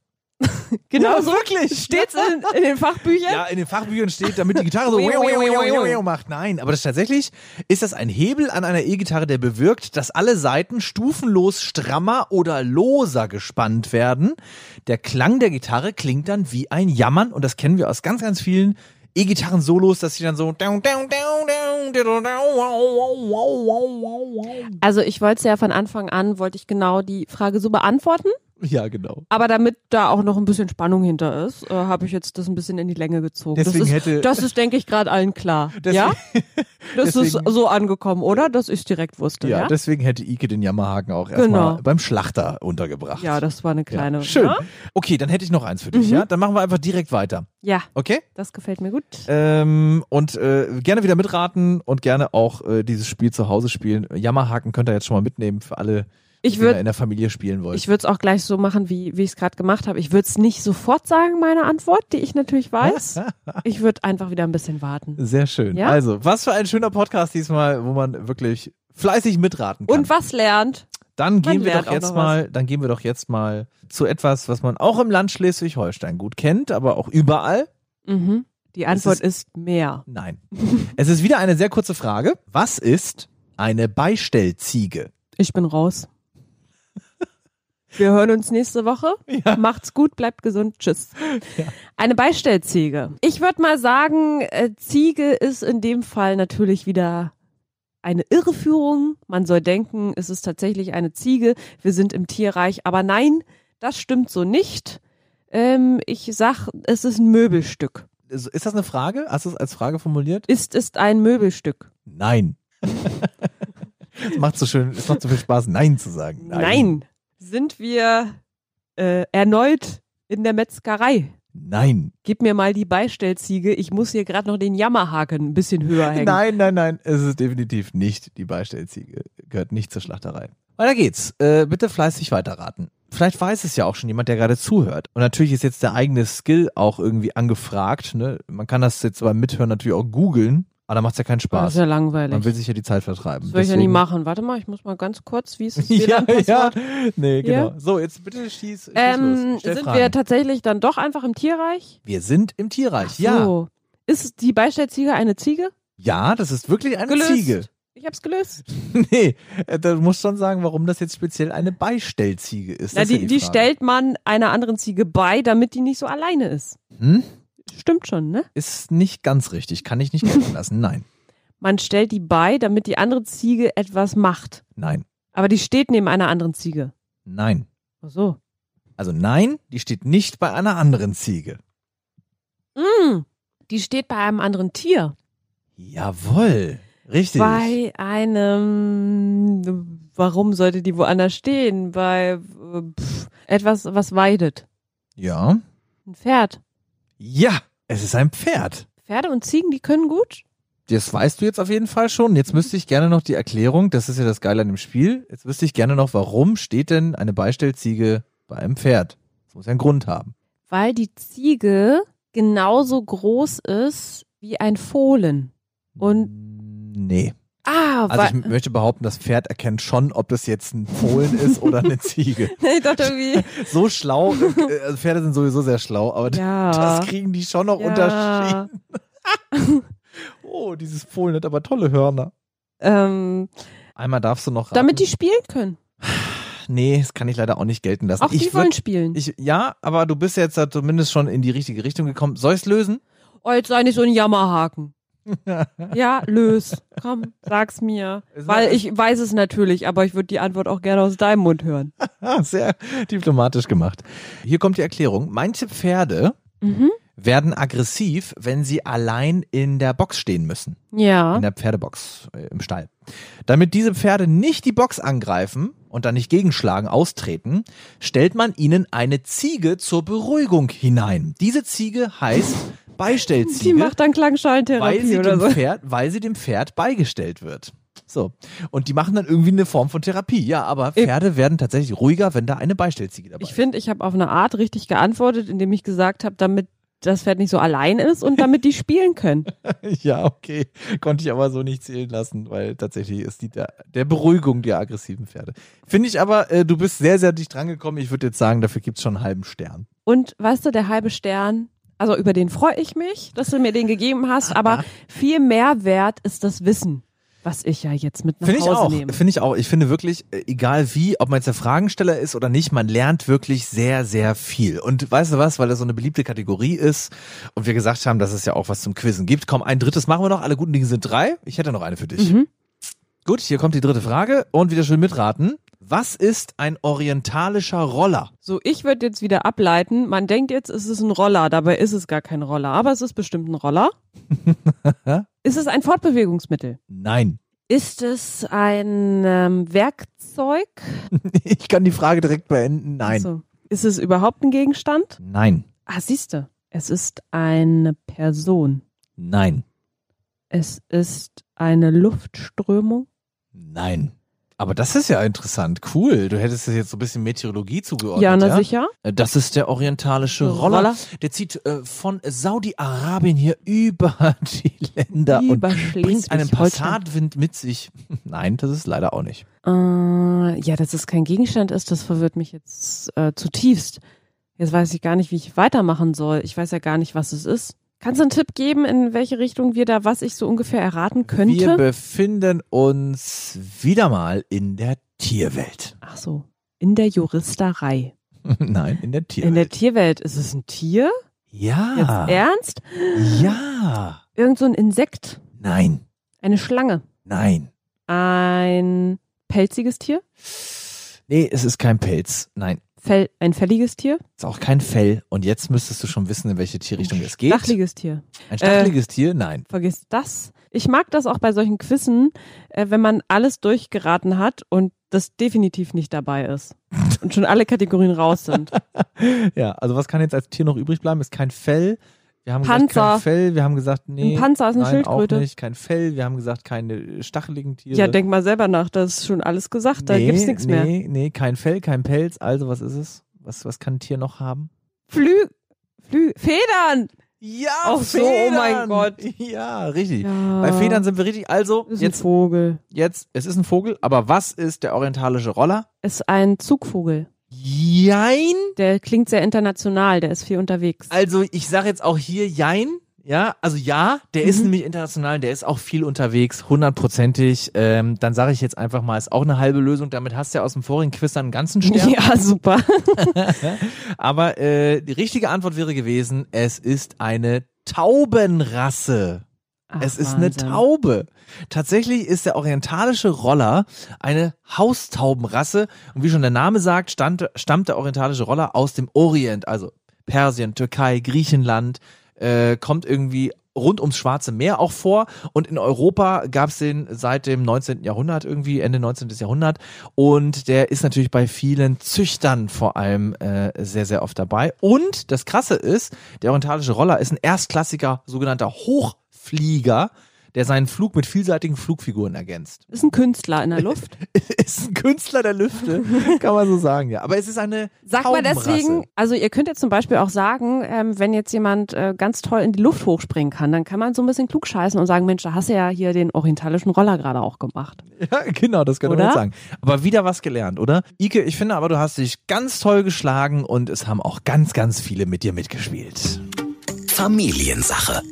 S3: Genau so
S2: wirklich.
S3: steht's in, in den Fachbüchern.
S2: Ja, in den Fachbüchern steht, damit die Gitarre so
S3: Wiu, wiu, wiu, wiu.
S2: macht. Nein, aber das ist tatsächlich ist das ein Hebel an einer E-Gitarre, der bewirkt, dass alle Saiten stufenlos strammer oder loser gespannt werden. Der Klang der Gitarre klingt dann wie ein Jammern und das kennen wir aus ganz, ganz vielen E-Gitarren-Solos, dass sie dann so
S3: Also ich wollte es ja von Anfang an, wollte ich genau die Frage so beantworten.
S2: ja genau.
S3: Aber damit da auch noch ein bisschen Spannung hinter ist, äh, habe ich jetzt das ein bisschen in die Länge gezogen.
S2: Deswegen
S3: das ist,
S2: hätte-
S3: das ist denke ich, gerade allen klar.
S2: Deswegen-
S3: ja? Das
S2: deswegen-
S3: ist so angekommen, oder? Dass ich direkt wusste,
S2: Ja,
S3: ja?
S2: deswegen hätte Ike den Jammerhaken auch erstmal
S3: Genau.
S2: beim Schlachter untergebracht.
S3: ja, das war eine kleine.
S2: ja. Schön.
S3: Ne?
S2: Okay, dann hätte ich noch eins für dich,
S3: Mhm.
S2: ja? Dann machen wir einfach direkt weiter.
S3: Ja,
S2: Okay?
S3: das gefällt mir gut.
S2: Ähm, und äh, gerne wieder mitraten und gerne auch äh, dieses Spiel zu Hause spielen. Jammerhaken könnt ihr jetzt schon mal mitnehmen für alle,
S3: ich
S2: die ihr
S3: würde
S2: in der Familie spielen wollt.
S3: ich würde es auch gleich so machen, wie, wie ich es gerade gemacht habe. Ich würde es nicht sofort sagen, meine Antwort, die ich natürlich weiß. ich würde einfach wieder ein bisschen warten.
S2: Sehr schön.
S3: Ja?
S2: Also, was für ein schöner Podcast diesmal, wo man wirklich fleißig mitraten kann.
S3: Und was lernt?
S2: dann gehen wir
S3: lernt
S2: doch
S3: auch
S2: jetzt
S3: noch
S2: mal, dann gehen wir doch jetzt mal zu etwas, was man auch im Land Schleswig-Holstein gut kennt, aber auch überall.
S3: Mhm. Die Antwort
S2: ist-
S3: ist mehr.
S2: Nein. es ist wieder eine sehr kurze Frage. Was ist eine Beistellziege?
S3: Ich bin raus. Wir hören uns nächste Woche. Macht's gut, bleibt gesund. Tschüss. Eine Beistellziege. Ich würde mal sagen, äh, Ziege ist in dem Fall natürlich wieder eine Irreführung. Man soll denken, es ist tatsächlich eine Ziege. Wir sind im Tierreich. Aber nein, das stimmt so nicht. Ähm, ich sag, es ist ein Möbelstück.
S2: Also, Ist das eine Frage? Hast du es als Frage formuliert?
S3: Ist, ist ein Möbelstück.
S2: Nein. es macht so schön, es macht so viel Spaß, Nein zu sagen.
S3: Nein. Sind wir äh, erneut in der Metzgerei?
S2: Nein.
S3: Gib mir mal die Beistellziege, ich muss hier gerade noch den Jammerhaken ein bisschen höher hängen.
S2: Nein, nein, nein. Es ist definitiv nicht die Beistellziege. Gehört nicht zur Schlachterei. Weiter geht's. Äh, bitte fleißig weiterraten. Vielleicht weiß es ja auch schon jemand, der gerade zuhört. Und natürlich ist jetzt der eigene Skill auch irgendwie angefragt. Ne? Man kann das jetzt beim Mithören natürlich auch googeln, aber da macht's ja keinen
S3: Das ist
S2: Spaß.
S3: ja langweilig.
S2: Man will sich ja die Zeit vertreiben.
S3: das will ich ja nie
S2: Deswegen-
S3: machen. Warte mal, ich muss mal ganz kurz, wie ist es
S2: ja, ja.
S3: WLAN-Passwort?
S2: Nee,
S3: Ja.
S2: genau. So, jetzt bitte schieß, schieß
S3: Ähm,
S2: los. Stell
S3: sind
S2: Fragen.
S3: wir tatsächlich dann doch einfach im Tierreich?
S2: wir sind im Tierreich, ja.
S3: So. Ist die Beistellziege eine Ziege?
S2: Ja, das ist wirklich eine
S3: Gelöst.
S2: Ziege.
S3: Ich hab's gelöst.
S2: Nee, äh, du musst schon sagen, warum das jetzt speziell eine Beistellziege ist.
S3: Na,
S2: Das ist
S3: die,
S2: ja
S3: die,
S2: Frage.
S3: stellt man einer anderen Ziege bei, damit die nicht so alleine ist.
S2: Hm?
S3: Stimmt schon, ne?
S2: Ist nicht ganz richtig, kann ich nicht gelten lassen. Nein,
S3: Man stellt die bei, damit die andere Ziege etwas macht.
S2: nein,
S3: Aber die steht neben einer anderen Ziege.
S2: nein.
S3: Ach so.
S2: Also nein, die steht nicht bei einer anderen Ziege.
S3: Mm, die steht bei einem anderen Tier.
S2: Jawohl, richtig.
S3: Bei einem. Warum sollte die woanders stehen? Bei äh, pff, etwas, was weidet.
S2: ja.
S3: Ein Pferd.
S2: Ja, es ist ein Pferd.
S3: Pferde und Ziegen, die können gut.
S2: Das weißt du jetzt auf jeden Fall schon. Jetzt müsste ich gerne noch die Erklärung, das ist ja das Geile an dem Spiel, jetzt wüsste ich gerne noch, warum steht denn eine Beistellziege bei einem Pferd? Das muss ja einen Grund haben.
S3: Weil die Ziege genauso groß ist wie ein Fohlen. Und-
S2: Nee.
S3: Ah,
S2: Also ich m- möchte behaupten, das Pferd erkennt schon, ob das jetzt ein Fohlen ist oder eine Ziege.
S3: weil, ich dachte irgendwie,
S2: So schlau, äh, also Pferde sind sowieso sehr schlau, aber d-
S3: Ja.
S2: das kriegen die schon noch
S3: ja,
S2: unterschieden. Oh, dieses Fohlen hat aber tolle Hörner.
S3: ähm,
S2: Einmal darfst du noch raten.
S3: damit die spielen können.
S2: Nee, das kann ich leider auch nicht gelten lassen.
S3: Auch
S2: ich
S3: die wollen
S2: würd-
S3: spielen.
S2: ich, ja, aber du bist jetzt da zumindest schon in die richtige Richtung gekommen. Soll ich's lösen?
S3: oh, jetzt sei nicht so ein Jammerhaken. ja, lös. Komm, sag's mir.
S2: Ist
S3: Weil
S2: das-
S3: ich weiß es natürlich, aber ich würde die Antwort auch gerne aus deinem Mund hören.
S2: Ah, sehr diplomatisch gemacht. Hier kommt die Erklärung. Manche Pferde
S3: Mhm.
S2: werden aggressiv, wenn sie allein in der Box stehen müssen.
S3: Ja.
S2: In der Pferdebox äh, im Stall. Damit diese Pferde nicht die Box angreifen und dann nicht gegenschlagen, austreten, stellt man ihnen eine Ziege zur Beruhigung hinein. Diese Ziege heißt Beistellziege.
S3: Die macht dann
S2: weil
S3: Klangschalentherapie
S2: sie,
S3: oder
S2: dem
S3: so.
S2: Pferd, weil sie dem Pferd beigestellt wird. So. Und die machen dann irgendwie eine Form von Therapie. Ja, aber Pferde werden tatsächlich ruhiger, wenn da eine Beistellziege dabei
S3: Ich
S2: ist.
S3: finde, ich habe auf eine Art richtig geantwortet, indem ich gesagt habe, damit das Pferd nicht so allein ist und damit die spielen können.
S2: Ja, okay. Konnte ich aber so nicht zählen lassen, weil tatsächlich ist die der, der Beruhigung der aggressiven Pferde. Finde ich aber, äh, du bist sehr, sehr dicht rangekommen. Ich würde jetzt sagen, dafür gibt's schon einen halben Stern.
S3: Und weißt du, der halbe Stern, also über den freue ich mich, dass du mir den gegeben hast, aber viel mehr wert ist das Wissen, was ich ja jetzt mit nach
S2: Finde ich
S3: Hause
S2: auch.
S3: nehme.
S2: Finde ich auch. Ich finde wirklich, äh, egal wie, ob man jetzt der Fragensteller ist oder nicht, man lernt wirklich sehr, sehr viel. Und weißt du was, weil das so eine beliebte Kategorie ist und wir gesagt haben, dass es ja auch was zum Quizzen gibt. Komm, ein drittes machen wir noch. Alle guten Dinge sind drei. Ich hätte noch eine für dich.
S3: Mhm.
S2: Gut, hier kommt die dritte Frage und wieder schön mitraten. Was ist ein orientalischer Roller?
S3: So, ich würde jetzt wieder ableiten, man denkt jetzt, es ist ein Roller, dabei ist es gar kein Roller, aber es ist bestimmt ein Roller. ist es ein Fortbewegungsmittel?
S2: Nein.
S3: Ist es ein ähm, Werkzeug?
S2: Ich kann die Frage direkt beenden. Nein.
S3: Also, ist es überhaupt ein Gegenstand?
S2: Nein.
S3: Ah, siehste, es ist eine Person.
S2: Nein.
S3: Es ist eine Luftströmung.
S2: Nein. Aber das ist ja interessant. Cool. Du hättest es jetzt so ein bisschen Meteorologie zugeordnet.
S3: ja, na
S2: ja?
S3: sicher.
S2: Äh, Das ist der
S3: Äh,
S2: orientalische Roller. Der zieht äh, von Saudi-Arabien hier über die Länder und
S3: Über
S2: bringt einen
S3: Schleswig-Holstein.
S2: Passatwind mit sich. Nein, das ist leider auch nicht.
S3: Äh, ja, dass es kein Gegenstand ist, das verwirrt mich jetzt äh, zutiefst. Jetzt weiß ich gar nicht, wie ich weitermachen soll. Ich weiß ja gar nicht, was es ist. Kannst du einen Tipp geben, in welche Richtung wir da, was ich so ungefähr erraten
S2: Wir
S3: könnte?
S2: befinden uns wieder mal in der Tierwelt.
S3: Ach so, in der Juristerei.
S2: Nein, in der
S3: In
S2: Tierwelt.
S3: der
S2: Ah.
S3: Tierwelt ist es ein Tier? Jetzt
S2: ja.
S3: ernst?
S2: ja.
S3: Irgend so ein Insekt?
S2: Nein.
S3: Eine Schlange?
S2: Nein.
S3: Ein pelziges Tier?
S2: Nee, es ist kein Pelz. Nein.
S3: Fell, ein fälliges Tier?
S2: Ist auch kein Fell. Und jetzt müsstest du schon wissen, in welche Tierrichtung es geht.
S3: Dachliges Tier.
S2: Ein stacheliges Tier? Nein.
S3: Vergiss das. Ich mag das auch bei solchen Quizzen, äh, wenn man alles durchgeraten hat und das definitiv nicht dabei ist. Und schon alle Kategorien raus sind.
S2: Ja, also was kann jetzt als Tier noch übrig bleiben? Ist kein Fell. Wir haben
S3: Panzer.
S2: gesagt kein Fell. Wir haben gesagt nee.
S3: Ein Panzer ist eine
S2: nein, Auch
S3: Schildkröte.
S2: nicht. Kein Fell. Wir haben gesagt keine stacheligen Tiere.
S3: Ja, denk mal selber nach, das ist schon alles gesagt, da
S2: nee,
S3: gibt's nichts
S2: nee,
S3: mehr.
S2: Nee, kein Fell, kein Pelz. Also was ist es? Was was kann ein Tier noch haben?
S3: Flü, Flü, Federn!
S2: Ja,
S3: Ach so, oh mein
S2: Federn!
S3: Gott.
S2: Ja, richtig.
S3: Ja.
S2: Bei Federn sind wir richtig. Also
S3: ist ein
S2: jetzt
S3: Vogel.
S2: jetzt es ist ein Vogel, aber was ist der orientalische Roller?
S3: Ist ein Zugvogel.
S2: Jein.
S3: Der klingt sehr international, der ist viel unterwegs.
S2: Also ich sage jetzt auch hier Jein. Ja, also ja, der
S3: Mhm.
S2: ist nämlich international, der ist auch viel unterwegs, hundertprozentig. Ähm, dann sage ich jetzt einfach mal, ist auch eine halbe Lösung. Damit hast du ja aus dem vorigen Quiz dann einen ganzen Stern.
S3: Ja, super.
S2: Aber äh, die richtige Antwort wäre gewesen, es ist eine Taubenrasse.
S3: Ach,
S2: es ist
S3: Wahnsinn.
S2: eine Taube. Tatsächlich ist der orientalische Roller eine Haustaubenrasse. Und wie schon der Name sagt, stand, stammt der orientalische Roller aus dem Orient, also Persien, Türkei, Griechenland, äh, kommt irgendwie rund ums Schwarze Meer auch vor. Und in Europa gab es den seit dem 19. Jahrhundert irgendwie, Ende 19. Jahrhundert. Und der ist natürlich bei vielen Züchtern vor allem äh, sehr, sehr oft dabei. Und das Krasse ist, der orientalische Roller ist ein erstklassiger sogenannter Hochflieger. der seinen Flug mit vielseitigen Flugfiguren ergänzt.
S3: Ist ein Künstler in der Luft.
S2: ist ein Künstler der Lüfte, kann man so sagen, ja. Aber es ist eine
S3: Sag mal
S2: Taubenrasse.
S3: deswegen, also ihr könnt jetzt zum Beispiel auch sagen, ähm, wenn jetzt jemand äh, ganz toll in die Luft hochspringen kann, dann kann man so ein bisschen klug scheißen und sagen, Mensch, da hast du ja hier den orientalischen Roller gerade auch gemacht.
S2: Ja, genau, das könnte man
S3: Oder?
S2: sagen. Aber wieder was gelernt, oder? Ike, ich finde aber, du hast dich ganz toll geschlagen und es haben auch ganz, ganz viele mit dir mitgespielt.
S1: Familiensache.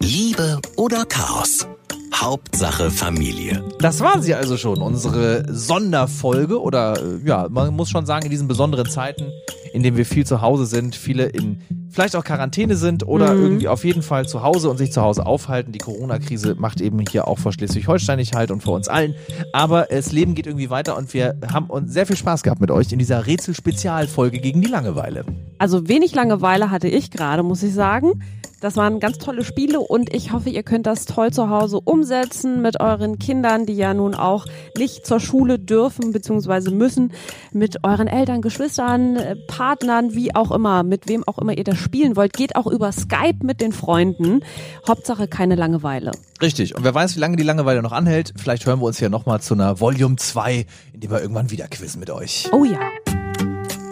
S1: Liebe oder Chaos? Hauptsache Familie.
S2: Das war sie also schon, unsere Sonderfolge oder äh, ja, man muss schon sagen, in diesen besonderen Zeiten, in denen wir viel zu Hause sind, viele in vielleicht auch Quarantäne sind oder irgendwie auf jeden Fall zu Hause und sich zu Hause aufhalten. Die Corona-Krise macht eben hier auch vor Schleswig-Holstein nicht halt und vor uns allen. Aber das Leben geht irgendwie weiter und wir haben uns sehr viel Spaß gehabt mit euch in dieser Rätsel-Spezialfolge gegen die Langeweile.
S3: Also wenig Langeweile hatte ich gerade, muss ich sagen. Das waren ganz tolle Spiele und ich hoffe, ihr könnt das toll zu Hause umsetzen mit euren Kindern, die ja nun auch nicht zur Schule dürfen bzw. müssen, mit euren Eltern, Geschwistern, äh, Partnern, wie auch immer, mit wem auch immer ihr das spielen wollt. Geht auch über Skype mit den Freunden. Hauptsache keine Langeweile.
S2: Richtig. Und wer weiß, wie lange die Langeweile noch anhält, vielleicht hören wir uns hier nochmal zu einer Volume 2, indem wir irgendwann wieder quizzen mit euch.
S3: Oh ja.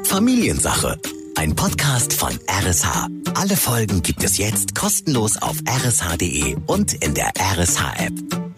S1: Familiensache. Ein Podcast von RSH. E Alle Folgen gibt es jetzt kostenlos auf rsh.de und in der RSH-App.